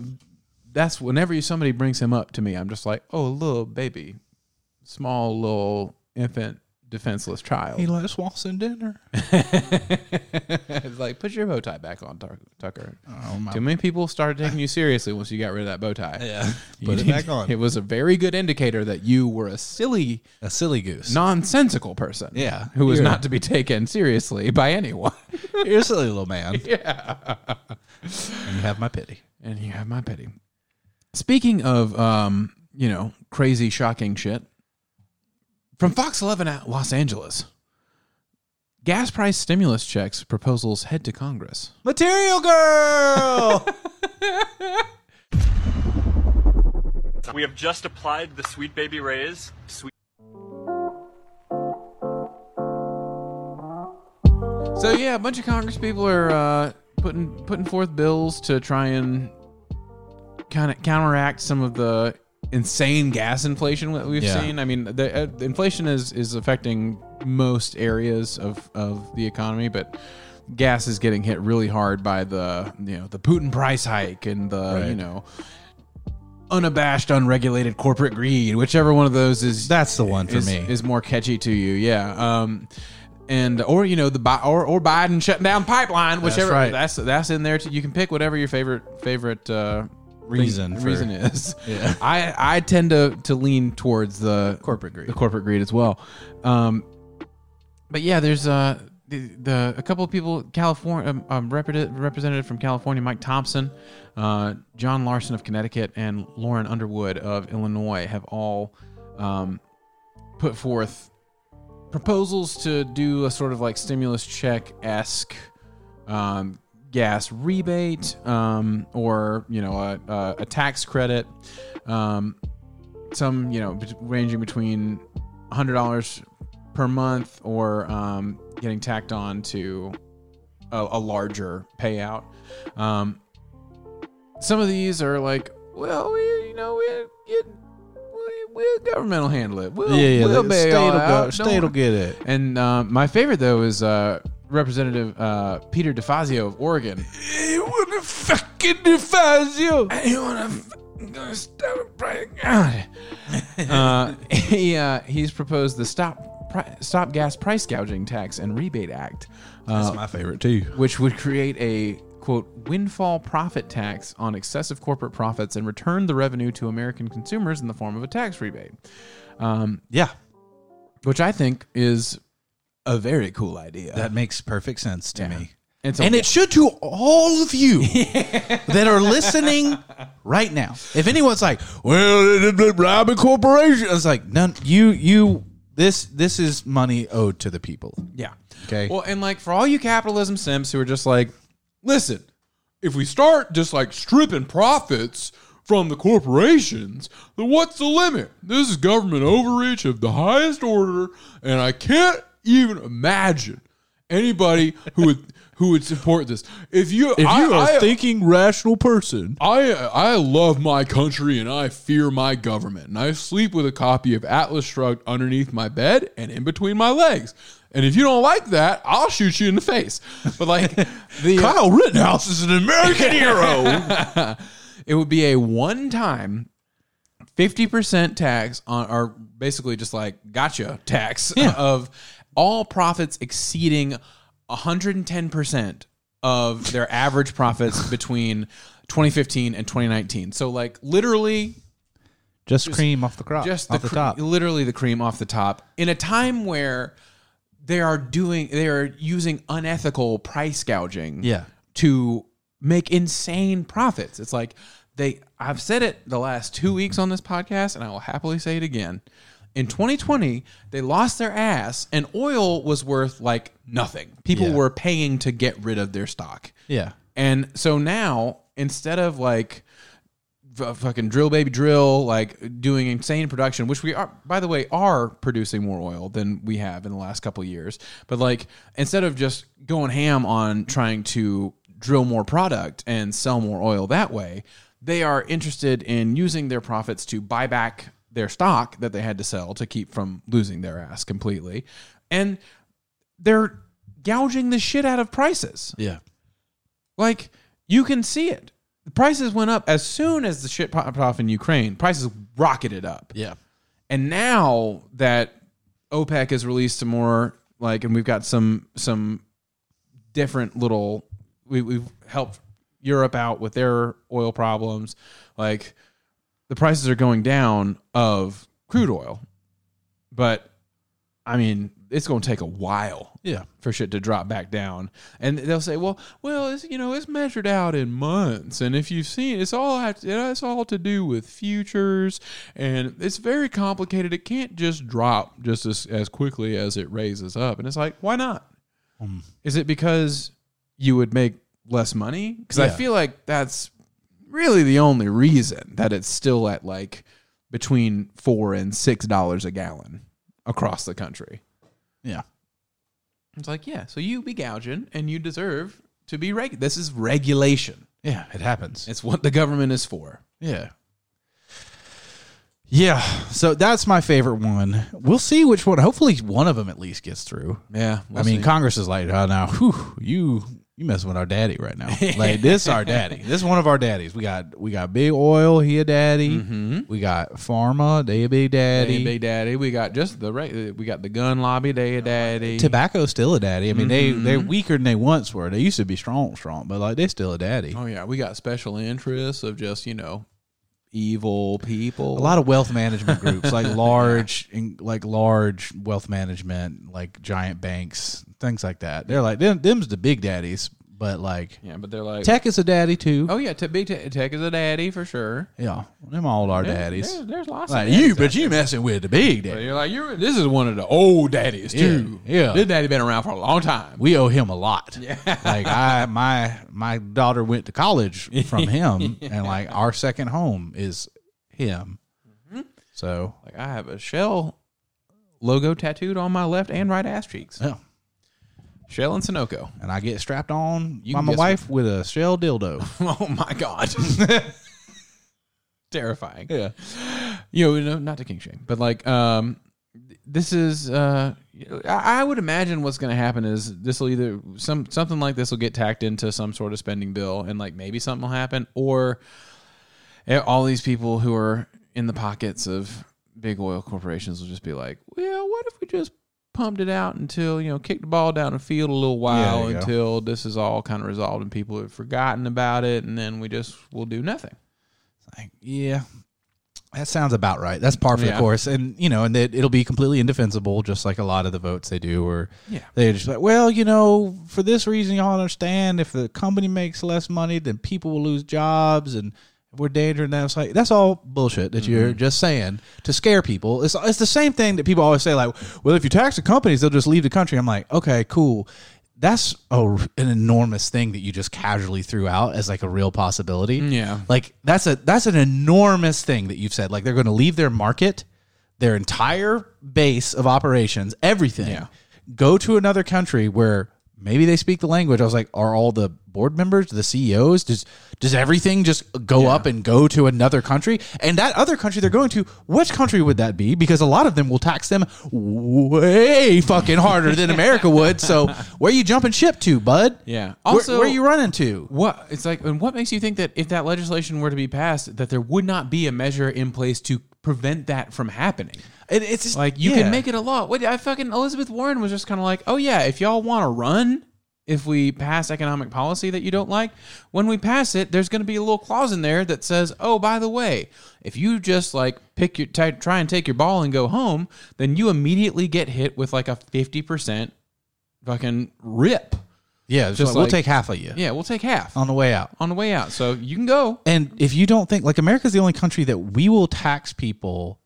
that's whenever you, somebody brings him up to me, I'm just like, oh, little baby, small little infant, defenseless child. likes Watson dinner. [LAUGHS] It's like put your bow tie back on, Tuck- Tucker. Oh, my- Too many people started taking you seriously once you got rid of that bow tie. [LAUGHS] Yeah. You Put it did- back on. [LAUGHS] It was a very good indicator that you were a silly, A silly goose. nonsensical person. Yeah. who was You're- not to be taken seriously by [LAUGHS] anyone. You're a silly little man. [LAUGHS] yeah. And you have my pity. and you have my pity. Speaking of, um, you know, crazy, shocking shit from Fox 11 at Los Angeles. Gas price stimulus checks proposals head to Congress. [LAUGHS] Material girl. We have just applied the Sweet Baby Rays. Sweet. So yeah, a bunch of Congress people are uh, putting putting forth bills to try and kind of counteract some of the insane gas inflation that we've Yeah. seen. I mean, the uh, inflation is is affecting most areas of of the economy, but gas is getting hit really hard by the you know the Putin price hike and the you Right. know unabashed unregulated corporate greed whichever one of those is That's the one for is, me. is more catchy to you. Yeah. Um, and or you know the Bi- or or Biden shutting down pipeline, whichever right. that's that's in there. Too. You can pick whatever your favorite favorite uh, Reason thing- for- reason is. [LAUGHS] Yeah. [LAUGHS] I I tend to to lean towards the Corporate greed. the corporate greed as well. Um, but yeah, there's uh the, the a couple of people California um, um, repre- representative from California, Mike Thompson, uh, John Larson of Connecticut, and Lauren Underwood of Illinois have all um, put forth proposals to do a sort of like stimulus check esque um, gas rebate um, or you know a, a, a tax credit. Um, some you know bet- ranging between hundred dollars per month or um, getting tacked on to a, a larger payout. Um, some of these are like, well, we, you know, we get. we- We'll governmental handle it. We'll, we'll bail y'all out. Don't worry. get it. And uh, my favorite though is uh, Representative uh, Peter DeFazio of Oregon. You wanna fucking DeFazio? You wanna gonna stop [LAUGHS] Uh, he uh, he's proposed the stop pri- stop gas price gouging tax and rebate act, uh, my favorite too. which would create a quote windfall profit tax on excessive corporate profits and return the revenue to American consumers in the form of a tax rebate Yeah. which I think is a very cool idea. That makes perfect sense to me. It's a- And it should to all of you that are listening right now. If anyone's like, "Well, Robin Corporation," it's like, "No, you, you, this, this is money owed to the people." yeah. Okay. Well, and like for all you capitalism simps who are just like, listen, if we start just like stripping profits from the corporations, then what's the limit? This is government overreach of the highest order, and I can't even imagine anybody who would [LAUGHS] who would support this. If you if thinking rational person, I I love my country and I fear my government. And I sleep with a copy of Atlas Shrugged underneath my bed and in between my legs. And if you don't like that, I'll shoot you in the face. But [LAUGHS] like the uh, Kyle Rittenhouse is [LAUGHS] an American hero. it would be a one-time 50% tax on or basically just like gotcha tax of all profits exceeding 110% of their average profits between 2015 and 2019. So like literally Just cream off the crop, just just the, off the cre- top. literally the cream off the top in a time where they are doing they are using unethical price gouging Yeah. to make insane profits it's like they i've said it the last two weeks on this podcast and i will happily say it again in 2020 they lost their ass and oil was worth like nothing people Yeah. were paying to get rid of their stock Yeah. and so now, instead of like f- fucking drill baby drill, like doing insane production, which we are, by the way, are producing more oil than we have in the last couple of years. But like instead of just going ham on trying to drill more product and sell more oil that way, they are interested in using their profits to buy back their stock that they had to sell to keep from losing their ass completely. And they're gouging the shit out of prices. Yeah. Like you can see it. The prices went up as soon as the shit popped off in Ukraine. Prices rocketed up. Yeah. And now that OPEC has released some more, like, and we've got some some different little. We, we've helped Europe out with their oil problems. Like the prices are going down of crude oil, but I mean it's going to take a while Yeah. for shit to drop back down. And they'll say, "Well, well, it's you know, it's measured out in months, and if you've seen, it's all have to- it's all to do with futures, and it's very complicated. It can't just drop just as as quickly as it raises up." And it's like, why not? Is it because you would make less money? Because I Yeah. feel like that's really the only reason that it's still at like between four and six dollars a gallon across the country. Yeah. It's like, yeah, so you be gouging and you deserve to be reg. This is regulation. Yeah. It happens. It's what the government is for. Yeah. Yeah. So that's my favorite one. We'll see which one. Hopefully, one of them at least gets through. Yeah. I mean, Congress is like, oh, now, whew, you you messing with our daddy right [LAUGHS] now. like this, our daddy. This one of our daddies. We got we got big oil. He a daddy. We got pharma. They a big daddy. Daddy, Mm-hmm. Big Daddy. We got just the right. We got the gun lobby. They a daddy. Tobacco still a daddy. I mean, Mm-hmm. they they're weaker than they once were. They used to be strong, strong, but like they still a daddy. Oh yeah, we got special interests of just you know evil people. a lot of [LAUGHS] wealth management groups like large in, like large wealth management like giant banks things like that they're like them, them's the big daddies but like Yeah, but they're like. tech is a daddy too oh yeah, t- big te- tech is a daddy for sure. yeah them all our daddies There- there's lots like of daddies you out but you messing with the big there. daddy You're like you're. This is one of the old daddies too. Yeah, yeah. this daddy been around for a long time. we owe him a lot yeah. like i my my daughter went [LAUGHS] to college from him and like our second home is him Mm-hmm. so Like I have a shell logo tattooed on my left and right ass cheeks. yeah Shell and Sunoco. and i get strapped on You by can my guess wife with a shell dildo [LAUGHS] Oh my god. Terrifying. yeah You know, not to king shame, but like um this is uh I I would imagine what's going to happen is this will either some something like this will get tacked into some sort of spending bill and like maybe something will happen or eh, all these people who are in the pockets of big oil corporations will just be like, "Well, what if we just pumped it out until, you know, kicked the ball down the field a little Yeah, while there you go. until this is all kind of resolved and people have forgotten about it and then we just will do nothing." Like, yeah, that sounds about right. That's par for Yeah. the course, and you know, and it, it'll be completely indefensible, just like a lot of the votes they do. Or Yeah. they're just like, well, you know, for this reason, y'all understand. If the company makes less money, then people will lose jobs, and we're endangering them. It's like that's all bullshit that you're Mm-hmm. just saying to scare people. It's it's the same thing that people always say, like, well, if you tax the companies, they'll just leave the country. I'm like, okay, cool. That's a, an enormous thing that you just casually threw out as like a real possibility. Mm, Yeah. Like that's a that's an enormous thing that you've said. Like they're going to leave their market, their entire base of operations, everything. Yeah. Go to another country where maybe they speak the language. I was like, are all the board members, the CEOs, does does everything just go up and go to another country? And that other country they're going to, which country would that be? Because a lot of them will tax them way fucking harder [LAUGHS] than America would. So where you jumping ship to, bud? Yeah. Also, Also- where, where you running to? What it's like, and what makes you think that if that legislation were to be passed, that there would not be a measure in place to prevent that from happening? It, it's just, Like you yeah. can make it a law. What I fucking Elizabeth Warren was just kind of like, oh yeah, if y'all want to run, if we pass economic policy that you don't like, when we pass it, there's going to be a little clause in there that says, oh by the way, if you just like pick your t- try and take your ball and go home, then you immediately get hit with like a fifty percent fucking rip. Yeah, it's Just like, we'll like- take half of you Yeah, we'll take half on the way out. on the way out, so you can go. And if you don't think like America's the only country that we will tax people,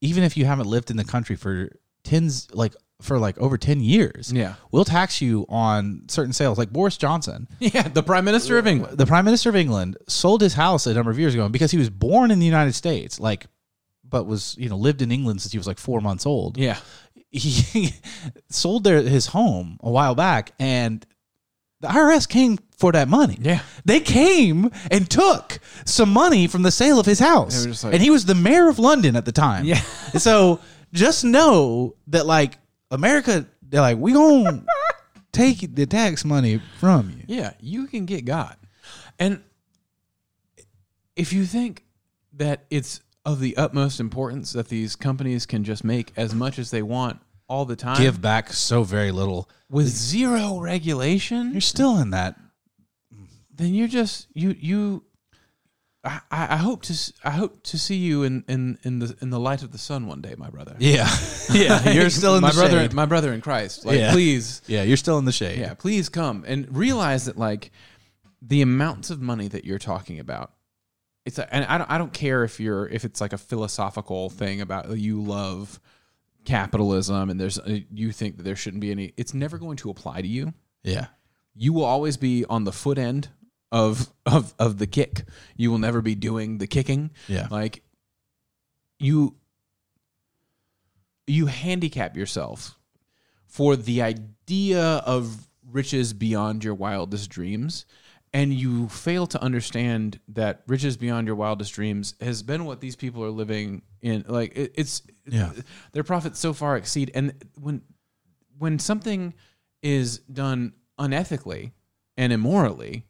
even if you haven't lived in the country for tens like for like over 10 years. Yeah. We'll tax you on certain sales. Like Boris Johnson, [LAUGHS] Yeah, the Prime Minister of England. the Prime Minister of England, sold his house a number of years ago and because he was born in the United States, like, but was, you know, lived in England since he was like four months old. Yeah. He [LAUGHS] sold their, his home a while back and the IRS came for that money. Yeah. They came and took some money from the sale of his house. They were just like- and he was the mayor of London at the time. Yeah. And so just know that like America, they're like, we gonna [LAUGHS] take the tax money from you. Yeah, you can get God. And if you think that it's of the utmost importance that these companies can just make as much as they want all the time Give back so very little. with zero regulation, You're still in that. then you're just you you I, I I hope to s- I hope to see you in, in, in the in the light of the sun one day, my brother. Yeah. [LAUGHS] [LAUGHS] Yeah. You're still in my the brother, shade. my brother in Christ. Like, Yeah. please, yeah, you're still in the shade. yeah, [LAUGHS] please come and realize that like the amounts of money that you're talking about. It's a, and I don't I don't care if you're if it's like a philosophical thing about oh, you love capitalism and there's uh, you think that there shouldn't be any. It's never going to apply to you Yeah. you will always be on the foot end of of of the kick. You will never be doing the kicking. Yeah. Like you you handicap yourself for the idea of riches beyond your wildest dreams and you fail to understand that riches beyond your wildest dreams has been what these people are living in like it, it's Yeah. [LAUGHS] their profits so far exceed and when when something is done unethically and immorally,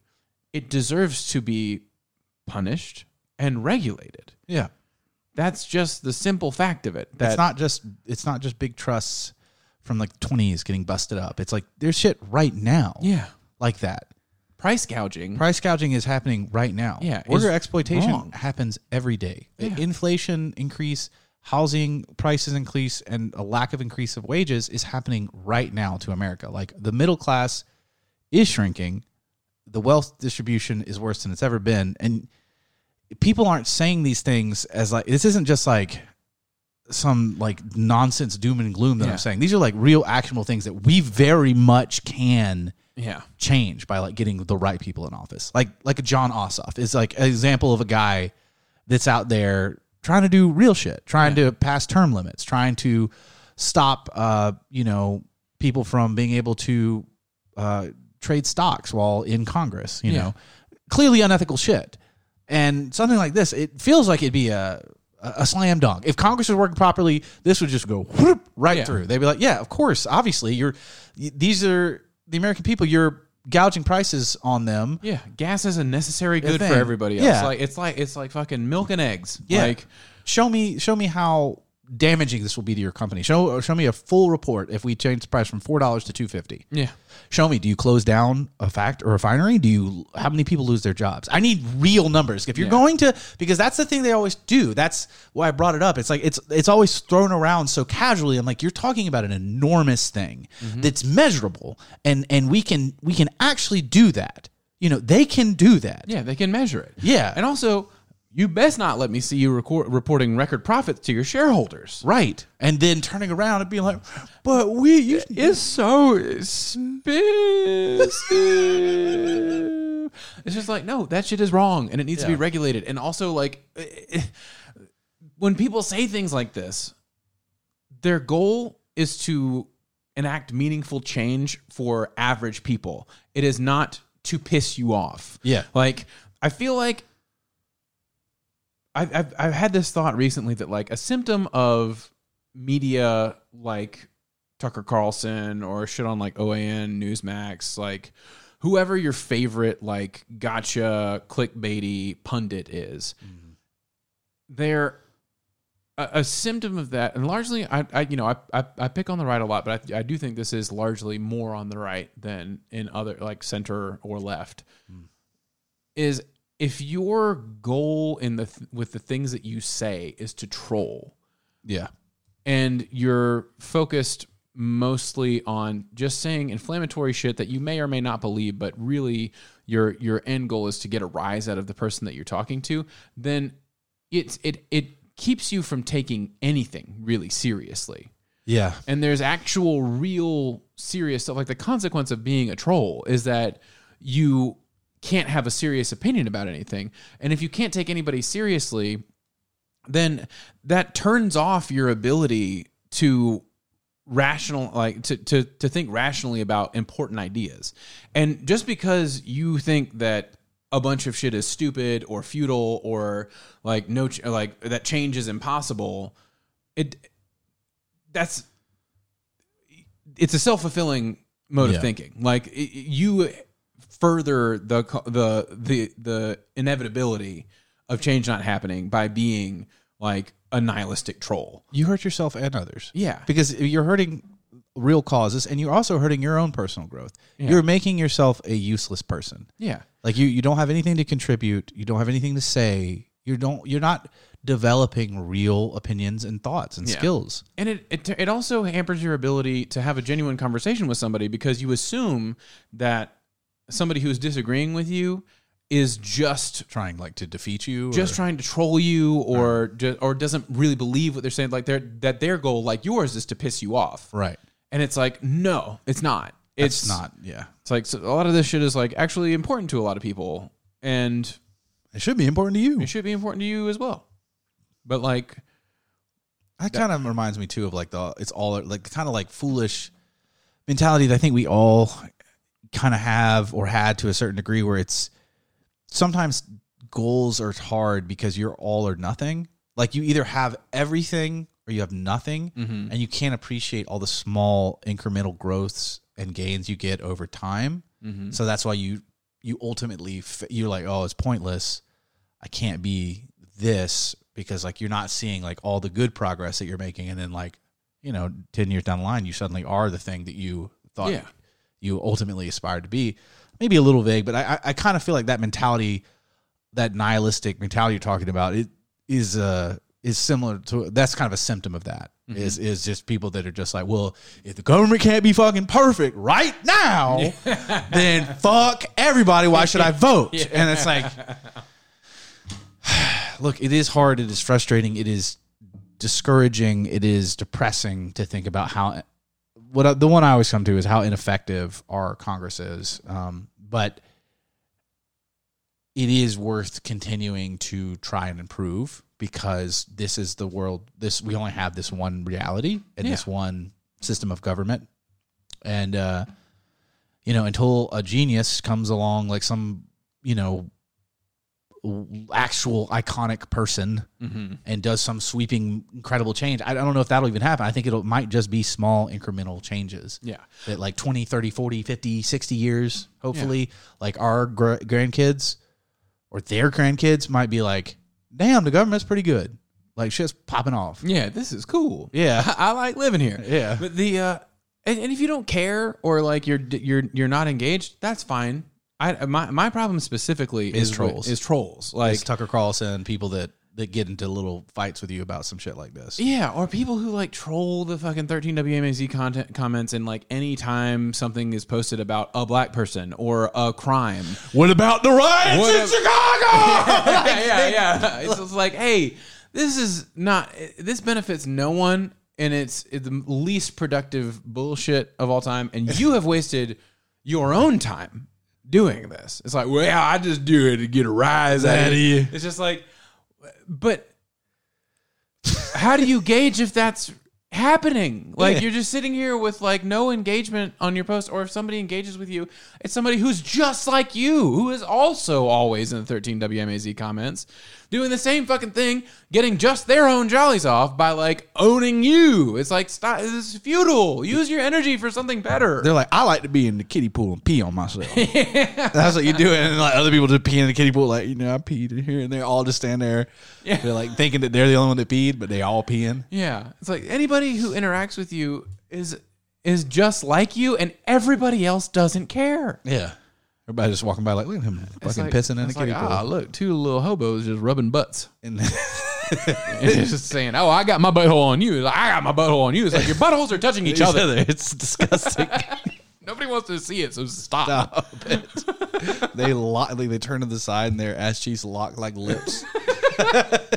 it deserves to be punished and regulated. Yeah. That's just the simple fact of it. That it's not just it's not just big trusts from like twenties getting busted up. It's like there's shit right now. yeah, Like that. price gouging. Price gouging is happening right now. Mm-hmm. Yeah, Worker it's exploitation wrong. happens every day. Yeah. Inflation increase, housing prices increase, and a lack of increase of wages is happening right now to America. Like the middle class is shrinking. The wealth distribution is worse than it's ever been. And people aren't saying these things as like this isn't just like some like nonsense doom and gloom that Yeah. I'm saying. These are like real actionable things that we very much can yeah, change by like getting the right people in office. Like like a John Ossoff is like an example of a guy that's out there trying to do real shit, trying to pass term limits, trying to stop uh, you know, people from being able to uh trade stocks while in Congress, you Yeah. know. Clearly unethical shit. And something like this, it feels like it'd be a a slam dunk. If Congress was working properly, this would just go whoop right Yeah. through. They'd be like, "Yeah, of course, obviously, you're y- these are the American people. You're gouging prices on them." yeah. Gas is a necessary good thing. for everybody else. Yeah. Like it's like it's like fucking milk and eggs. Like, Like show me, show me how damaging this will be to your company. Show, show me a full report if we change the price from four dollars to two fifty. yeah, Show me, do you close down a fact or refinery? Do you how many people lose their jobs? I need real numbers. If you're Yeah. going to because that's the thing they always do. That's why I brought it up. It's like it's it's always thrown around so casually. I'm like, you're talking about an enormous thing Mm-hmm. that's measurable and and we can we can actually do that. You know, they can do that. yeah. They can measure it. Yeah. and also. You best not let me see you record, reporting record profits to your shareholders. Right. And then turning around and being like, but we, you, It's so [LAUGHS] expensive. it's just like, no, that shit is wrong and it needs to be Yeah. regulated. And also, like, [LAUGHS] when people say things like this, their goal is to enact meaningful change for average people. It is not to piss you off. Yeah. Like, I feel like I've, I've, I've had this thought recently that, like, a symptom of media, like, Tucker Carlson or shit on like OAN, Newsmax, like whoever your favorite like gotcha clickbaity pundit is, they're a, a symptom of that. And largely, I, I you know I, I I pick on the right a lot, but I, I do think this is largely more on the right than in other like center or left. Is if your goal in the th- with the things that you say is to troll, yeah, and you're focused mostly on just saying inflammatory shit that you may or may not believe but really your your end goal is to get a rise out of the person that you're talking to then it's it it keeps you from taking anything really seriously Yeah. and there's actual real serious stuff like the consequence of being a troll is that you can't have a serious opinion about anything and if you can't take anybody seriously then that turns off your ability to rational like to, to to think rationally about important ideas and just because you think that a bunch of shit is stupid or futile or like no ch- like that change is impossible it that's it's a self-fulfilling mode Yeah. of thinking like i- i- you further the co- the the the inevitability of change not happening by being like a nihilistic troll You hurt yourself and others. yeah Because you're hurting real causes and you're also hurting your own personal growth. You're making yourself a useless person. yeah Like you you don't have anything to contribute, you don't have anything to say. You don't you're not developing real opinions and thoughts and Yeah. skills. and it, it it also hampers your ability to have a genuine conversation with somebody because you assume that somebody who's disagreeing with you is just Trying like to defeat you. just trying to troll you or ju- or doesn't really believe what they're saying like their that their goal like yours is to piss you off Right. and it's like no it's not it's It's not, yeah. it's like so a lot of this shit is like actually important to a lot of people and It should be important to you. it should be important to you as well but like That kind of reminds me too of like the it's all like kind of like foolish mentality that I think we all kind of have or had to a certain degree where it's sometimes goals are hard because you're all or nothing. Like you either have everything or you have nothing and you can't appreciate all the small incremental growths and gains you get over time. So that's why you you ultimately f- you're like oh it's pointless. I can't be this because like you're not seeing like all the good progress that you're making and then like you know 10 years down the line you suddenly are the thing that you thought Yeah. you ultimately aspired to be maybe a little vague but i i, I kind of feel like that mentality that nihilistic mentality you're talking about it is uh is similar to that's kind of a symptom of that is is just people that are just like well if the government can't be fucking perfect right now then fuck everybody why should i vote and it's like [SIGHS] look it is hard it is frustrating it is discouraging it is depressing to think about how what I, the one i always come to is how ineffective our congress is um, but it is worth continuing to try and improve because this is the world this we only have this one reality and this one system of government and uh you know until a genius comes along like some you know w- actual iconic person and does some sweeping incredible change I, I don't know if that'll even happen i think it'll might just be small incremental changes yeah that like 20 30 40 50 60 years hopefully like our gr- grandkids or their grandkids might be like damn the government's pretty good like shit's popping off yeah this is cool yeah I, I like living here. Yeah. But the uh, and, and if you don't care or like you're you're you're not engaged, that's fine. I my my problem specifically is, Is trolls. trolls. Is trolls like it's tucker carlson people that that get into little fights with you about some shit like this yeah, or people who like troll the fucking 13 WMAZ content comments and like anytime something is posted about a black person or a crime. what about the riots What ab- chicago yeah, yeah, yeah. It's just like, hey, this is not. This benefits no one, and it's the least productive bullshit of all time. And you have wasted your own time doing this. It's like, well, I just do it to get a rise out of you. It's just like, but how do you gauge if that's happening? Like you're just sitting here with like no engagement on your post, or if somebody engages with you, it's somebody who's just like you, who is also always in the 13 WMAZ comments, doing the same fucking thing, getting just their own jollies off by like owning you. It's like stop. This is futile. Use your energy for something better. they're like i like to be in the kiddie pool and pee on [LAUGHS] myself that's what you do and like other people just pee in the kiddie pool like you know i peed in here and they all just stand there Yeah. they're like thinking that they're the only one that peed but they all peeing Yeah, it's like anybody who interacts with you is is just like you, and everybody else doesn't care. Yeah. Everybody just walking by like, look at him It's fucking like- pissing in the it's like, kiddie pool. Ah, look, two little hobos just rubbing butts [LAUGHS] And and it's just saying, "Oh, I got my butthole on you. It's like, I got my butthole on you." It's like your buttholes are touching [LAUGHS] each other. It's [LAUGHS] disgusting. Nobody wants to see it, so stop. [LAUGHS] Stop it. They lock, like, they turn to the side and their ass cheeks lock [LAUGHS] like lips. [GASPS]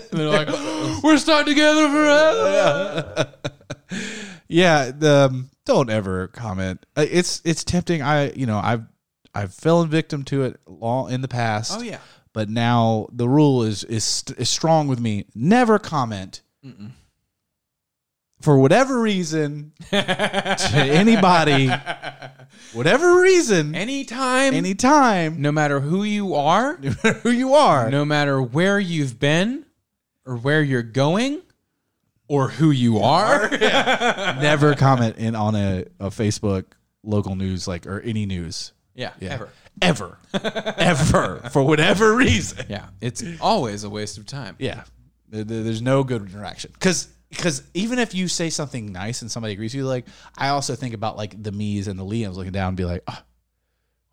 And they're like, "We're stuck together forever." yeah, the, um, don't ever comment. Uh, It's it's tempting. I you know I've I've fallen victim to it long in the past. Oh, yeah. But now the rule is is st- is strong with me. Never comment. For whatever [LAUGHS] reason, to anybody, whatever reason, Anytime, anytime, no matter who you are, [LAUGHS] no matter who you are, no matter where you've been or where you're going or who you are. never comment in on a, a Facebook local news like or any news. [LAUGHS] Yeah, Yeah. ever. Ever. [LAUGHS] ever. For whatever reason. Yeah, it's always a waste of time. Yeah. There- there- There's no good interaction. Cause because even if you say something nice and somebody agrees with you, like I also think about like the me's and the Liams looking down and be like, oh,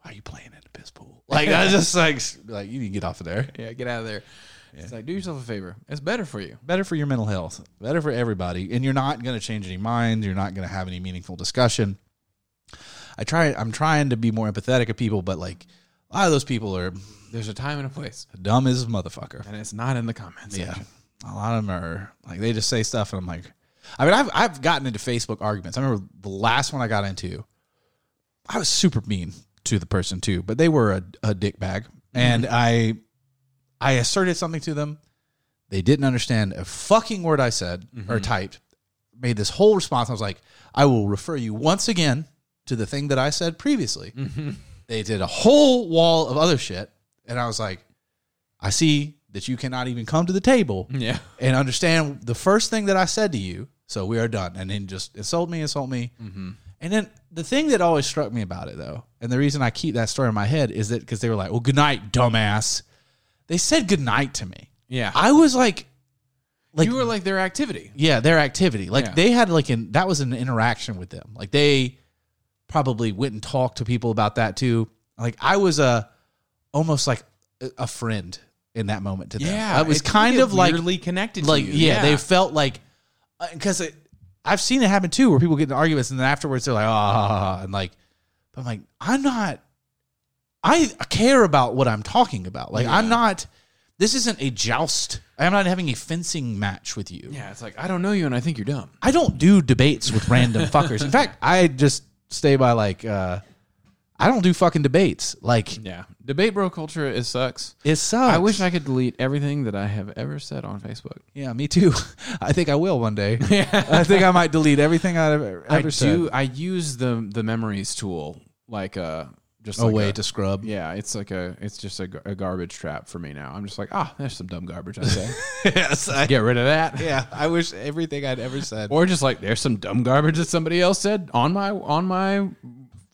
why are you playing at a piss pool? Like [LAUGHS] I just like s- like you need to get off of there. Yeah, get out of there. It's like do yourself a favor. It's better for you. Better for your mental health. Better for everybody. And you're not gonna change any minds. You're not gonna have any meaningful discussion. I try I'm trying to be more empathetic of people, but like a lot of those people are There's a time and a place, dumb as a motherfucker. and it's not in the comments. Yeah. A lot of them are like they just say stuff and I'm like I mean I've I've gotten into Facebook arguments. I remember the last one I got into, I was super mean to the person too, but they were a, a dick bag. And I I asserted something to them. They didn't understand a fucking word I said or typed. Made this whole response. I was like, I will refer you once again to the thing that I said previously. Mm-hmm. They did a whole wall of other shit. And I was like, I see that you cannot even come to the table [LAUGHS] Yeah. and understand the first thing that I said to you. So we are done. And then just insult me, insult me. Mm-hmm. And then the thing that always struck me about it, though, and the reason I keep that story in my head is that because they were like, well, good night, dumbass. They said good night to me. Yeah. I was like, like, you were like their activity. yeah, their activity. Like Yeah. they had like an, that was an interaction with them. Like they probably went and talked to people about that too. Like I was a, almost like a- a friend in that moment to them. I was it's kind really of like, weirdly connected. like to you. yeah, they felt like because it I've seen it happen too, where people get in arguments and then afterwards they're like, ah, and like, but I'm like, I'm not. I care about what I'm talking about. Like, I'm not. This isn't a joust. I'm not having a fencing match with you. yeah. It's like I don't know you, and I think you're dumb. I don't do debates with [LAUGHS] random fuckers. In fact, I just stay by like, uh, I don't do fucking debates. Like, Yeah, debate bro culture it sucks. it sucks. I wish I could delete everything that I have ever said on Facebook. Yeah, me too. [LAUGHS] I think I will one day. [LAUGHS] I think I might delete everything I've ever, I ever do. said. I use the the memories tool like a just a like way to scrub. Yeah, it's like a it's just a, gar- a garbage trap for me now. I'm just like ah, there's some dumb garbage I [LAUGHS] say. [LAUGHS] yes, I, Get rid of that. yeah. I wish everything I'd ever said. Or just like there's some dumb garbage that somebody else said on my on my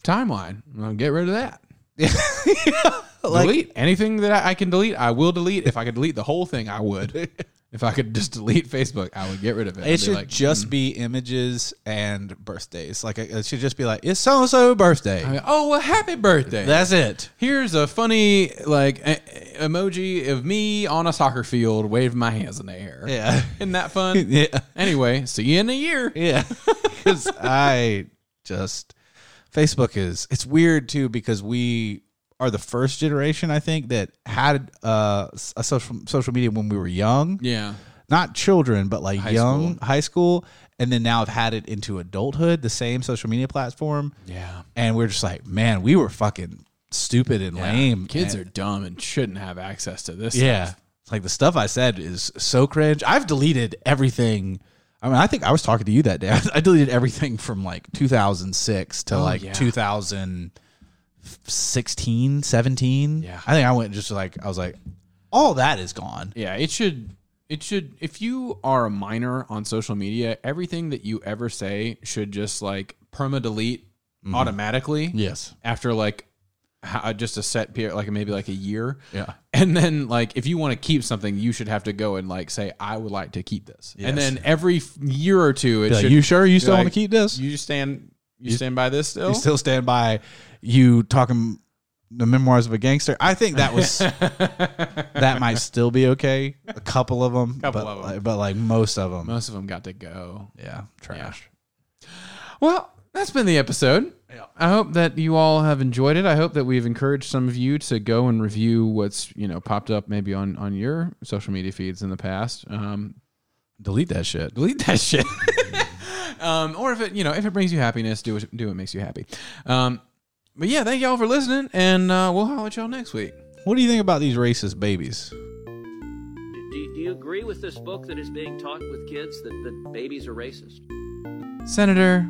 timeline. I'll get rid of [LAUGHS] that. Like- delete anything that I, I can delete. I will delete. If I could delete the whole thing, I [LAUGHS] would. if I could just delete Facebook, I would get rid of it. I'd be it should like, just be "Mm." images and birthdays. Like it should just be like it's so and so birthday. I mean, oh well, happy birthday. That's it. Here's a funny like e- emoji of me on a soccer field, waving my hands in the air. Yeah. [LAUGHS] isn't that fun? Yeah. Anyway, see you in a year. [LAUGHS] Yeah. Because I just, Facebook is, it's weird too because we are the first generation, I think, that had uh, a social, social media when we were young. Yeah. Not children, but like young, school. high school. And then now have had it into adulthood, the same social media platform. Yeah. And we're just like, man, we were fucking stupid and lame. Kids And- are dumb and shouldn't have access to this. Yeah. It's like the stuff I said is so cringe. I've deleted everything. I mean, I think I was talking to you that day. [LAUGHS] I deleted everything from like 2006 to like Oh, yeah. 2016, 17. Yeah. I think I went just like, I was like, all that is gone. Yeah, it should it should if you are a minor on social media, everything that you ever say should just like perma delete Mm-hmm. automatically Yes. after like ho- just a set period like maybe like a year. Yeah. And then like if you want to keep something, you should have to go and like say I would like to keep this. Yes. And then every f- year or two it Be like, should you sure you still like, want to keep this? You, you stand you stand by this still? still stand by you talking the memoirs of a gangster? I think [LAUGHS] that was, that might still be okay. A couple of them. Couple but, of 'em. Like, but like most of them. Most of them got to go. yeah. Trash. Well, that's been the episode. I hope that you all have enjoyed it. I hope that we've encouraged some of you to go and review what's you know popped up maybe on on your social media feeds in the past. Um, Delete that shit. [LAUGHS] delete that shit. um, or if it you know if it brings you happiness, do what, do what makes you happy. Um, but yeah, thank y'all for listening, and uh, we'll holler at y'all next week. What do you think about these racist babies? Do, do you agree with this book that is being taught with kids that, that babies are racist? Senator.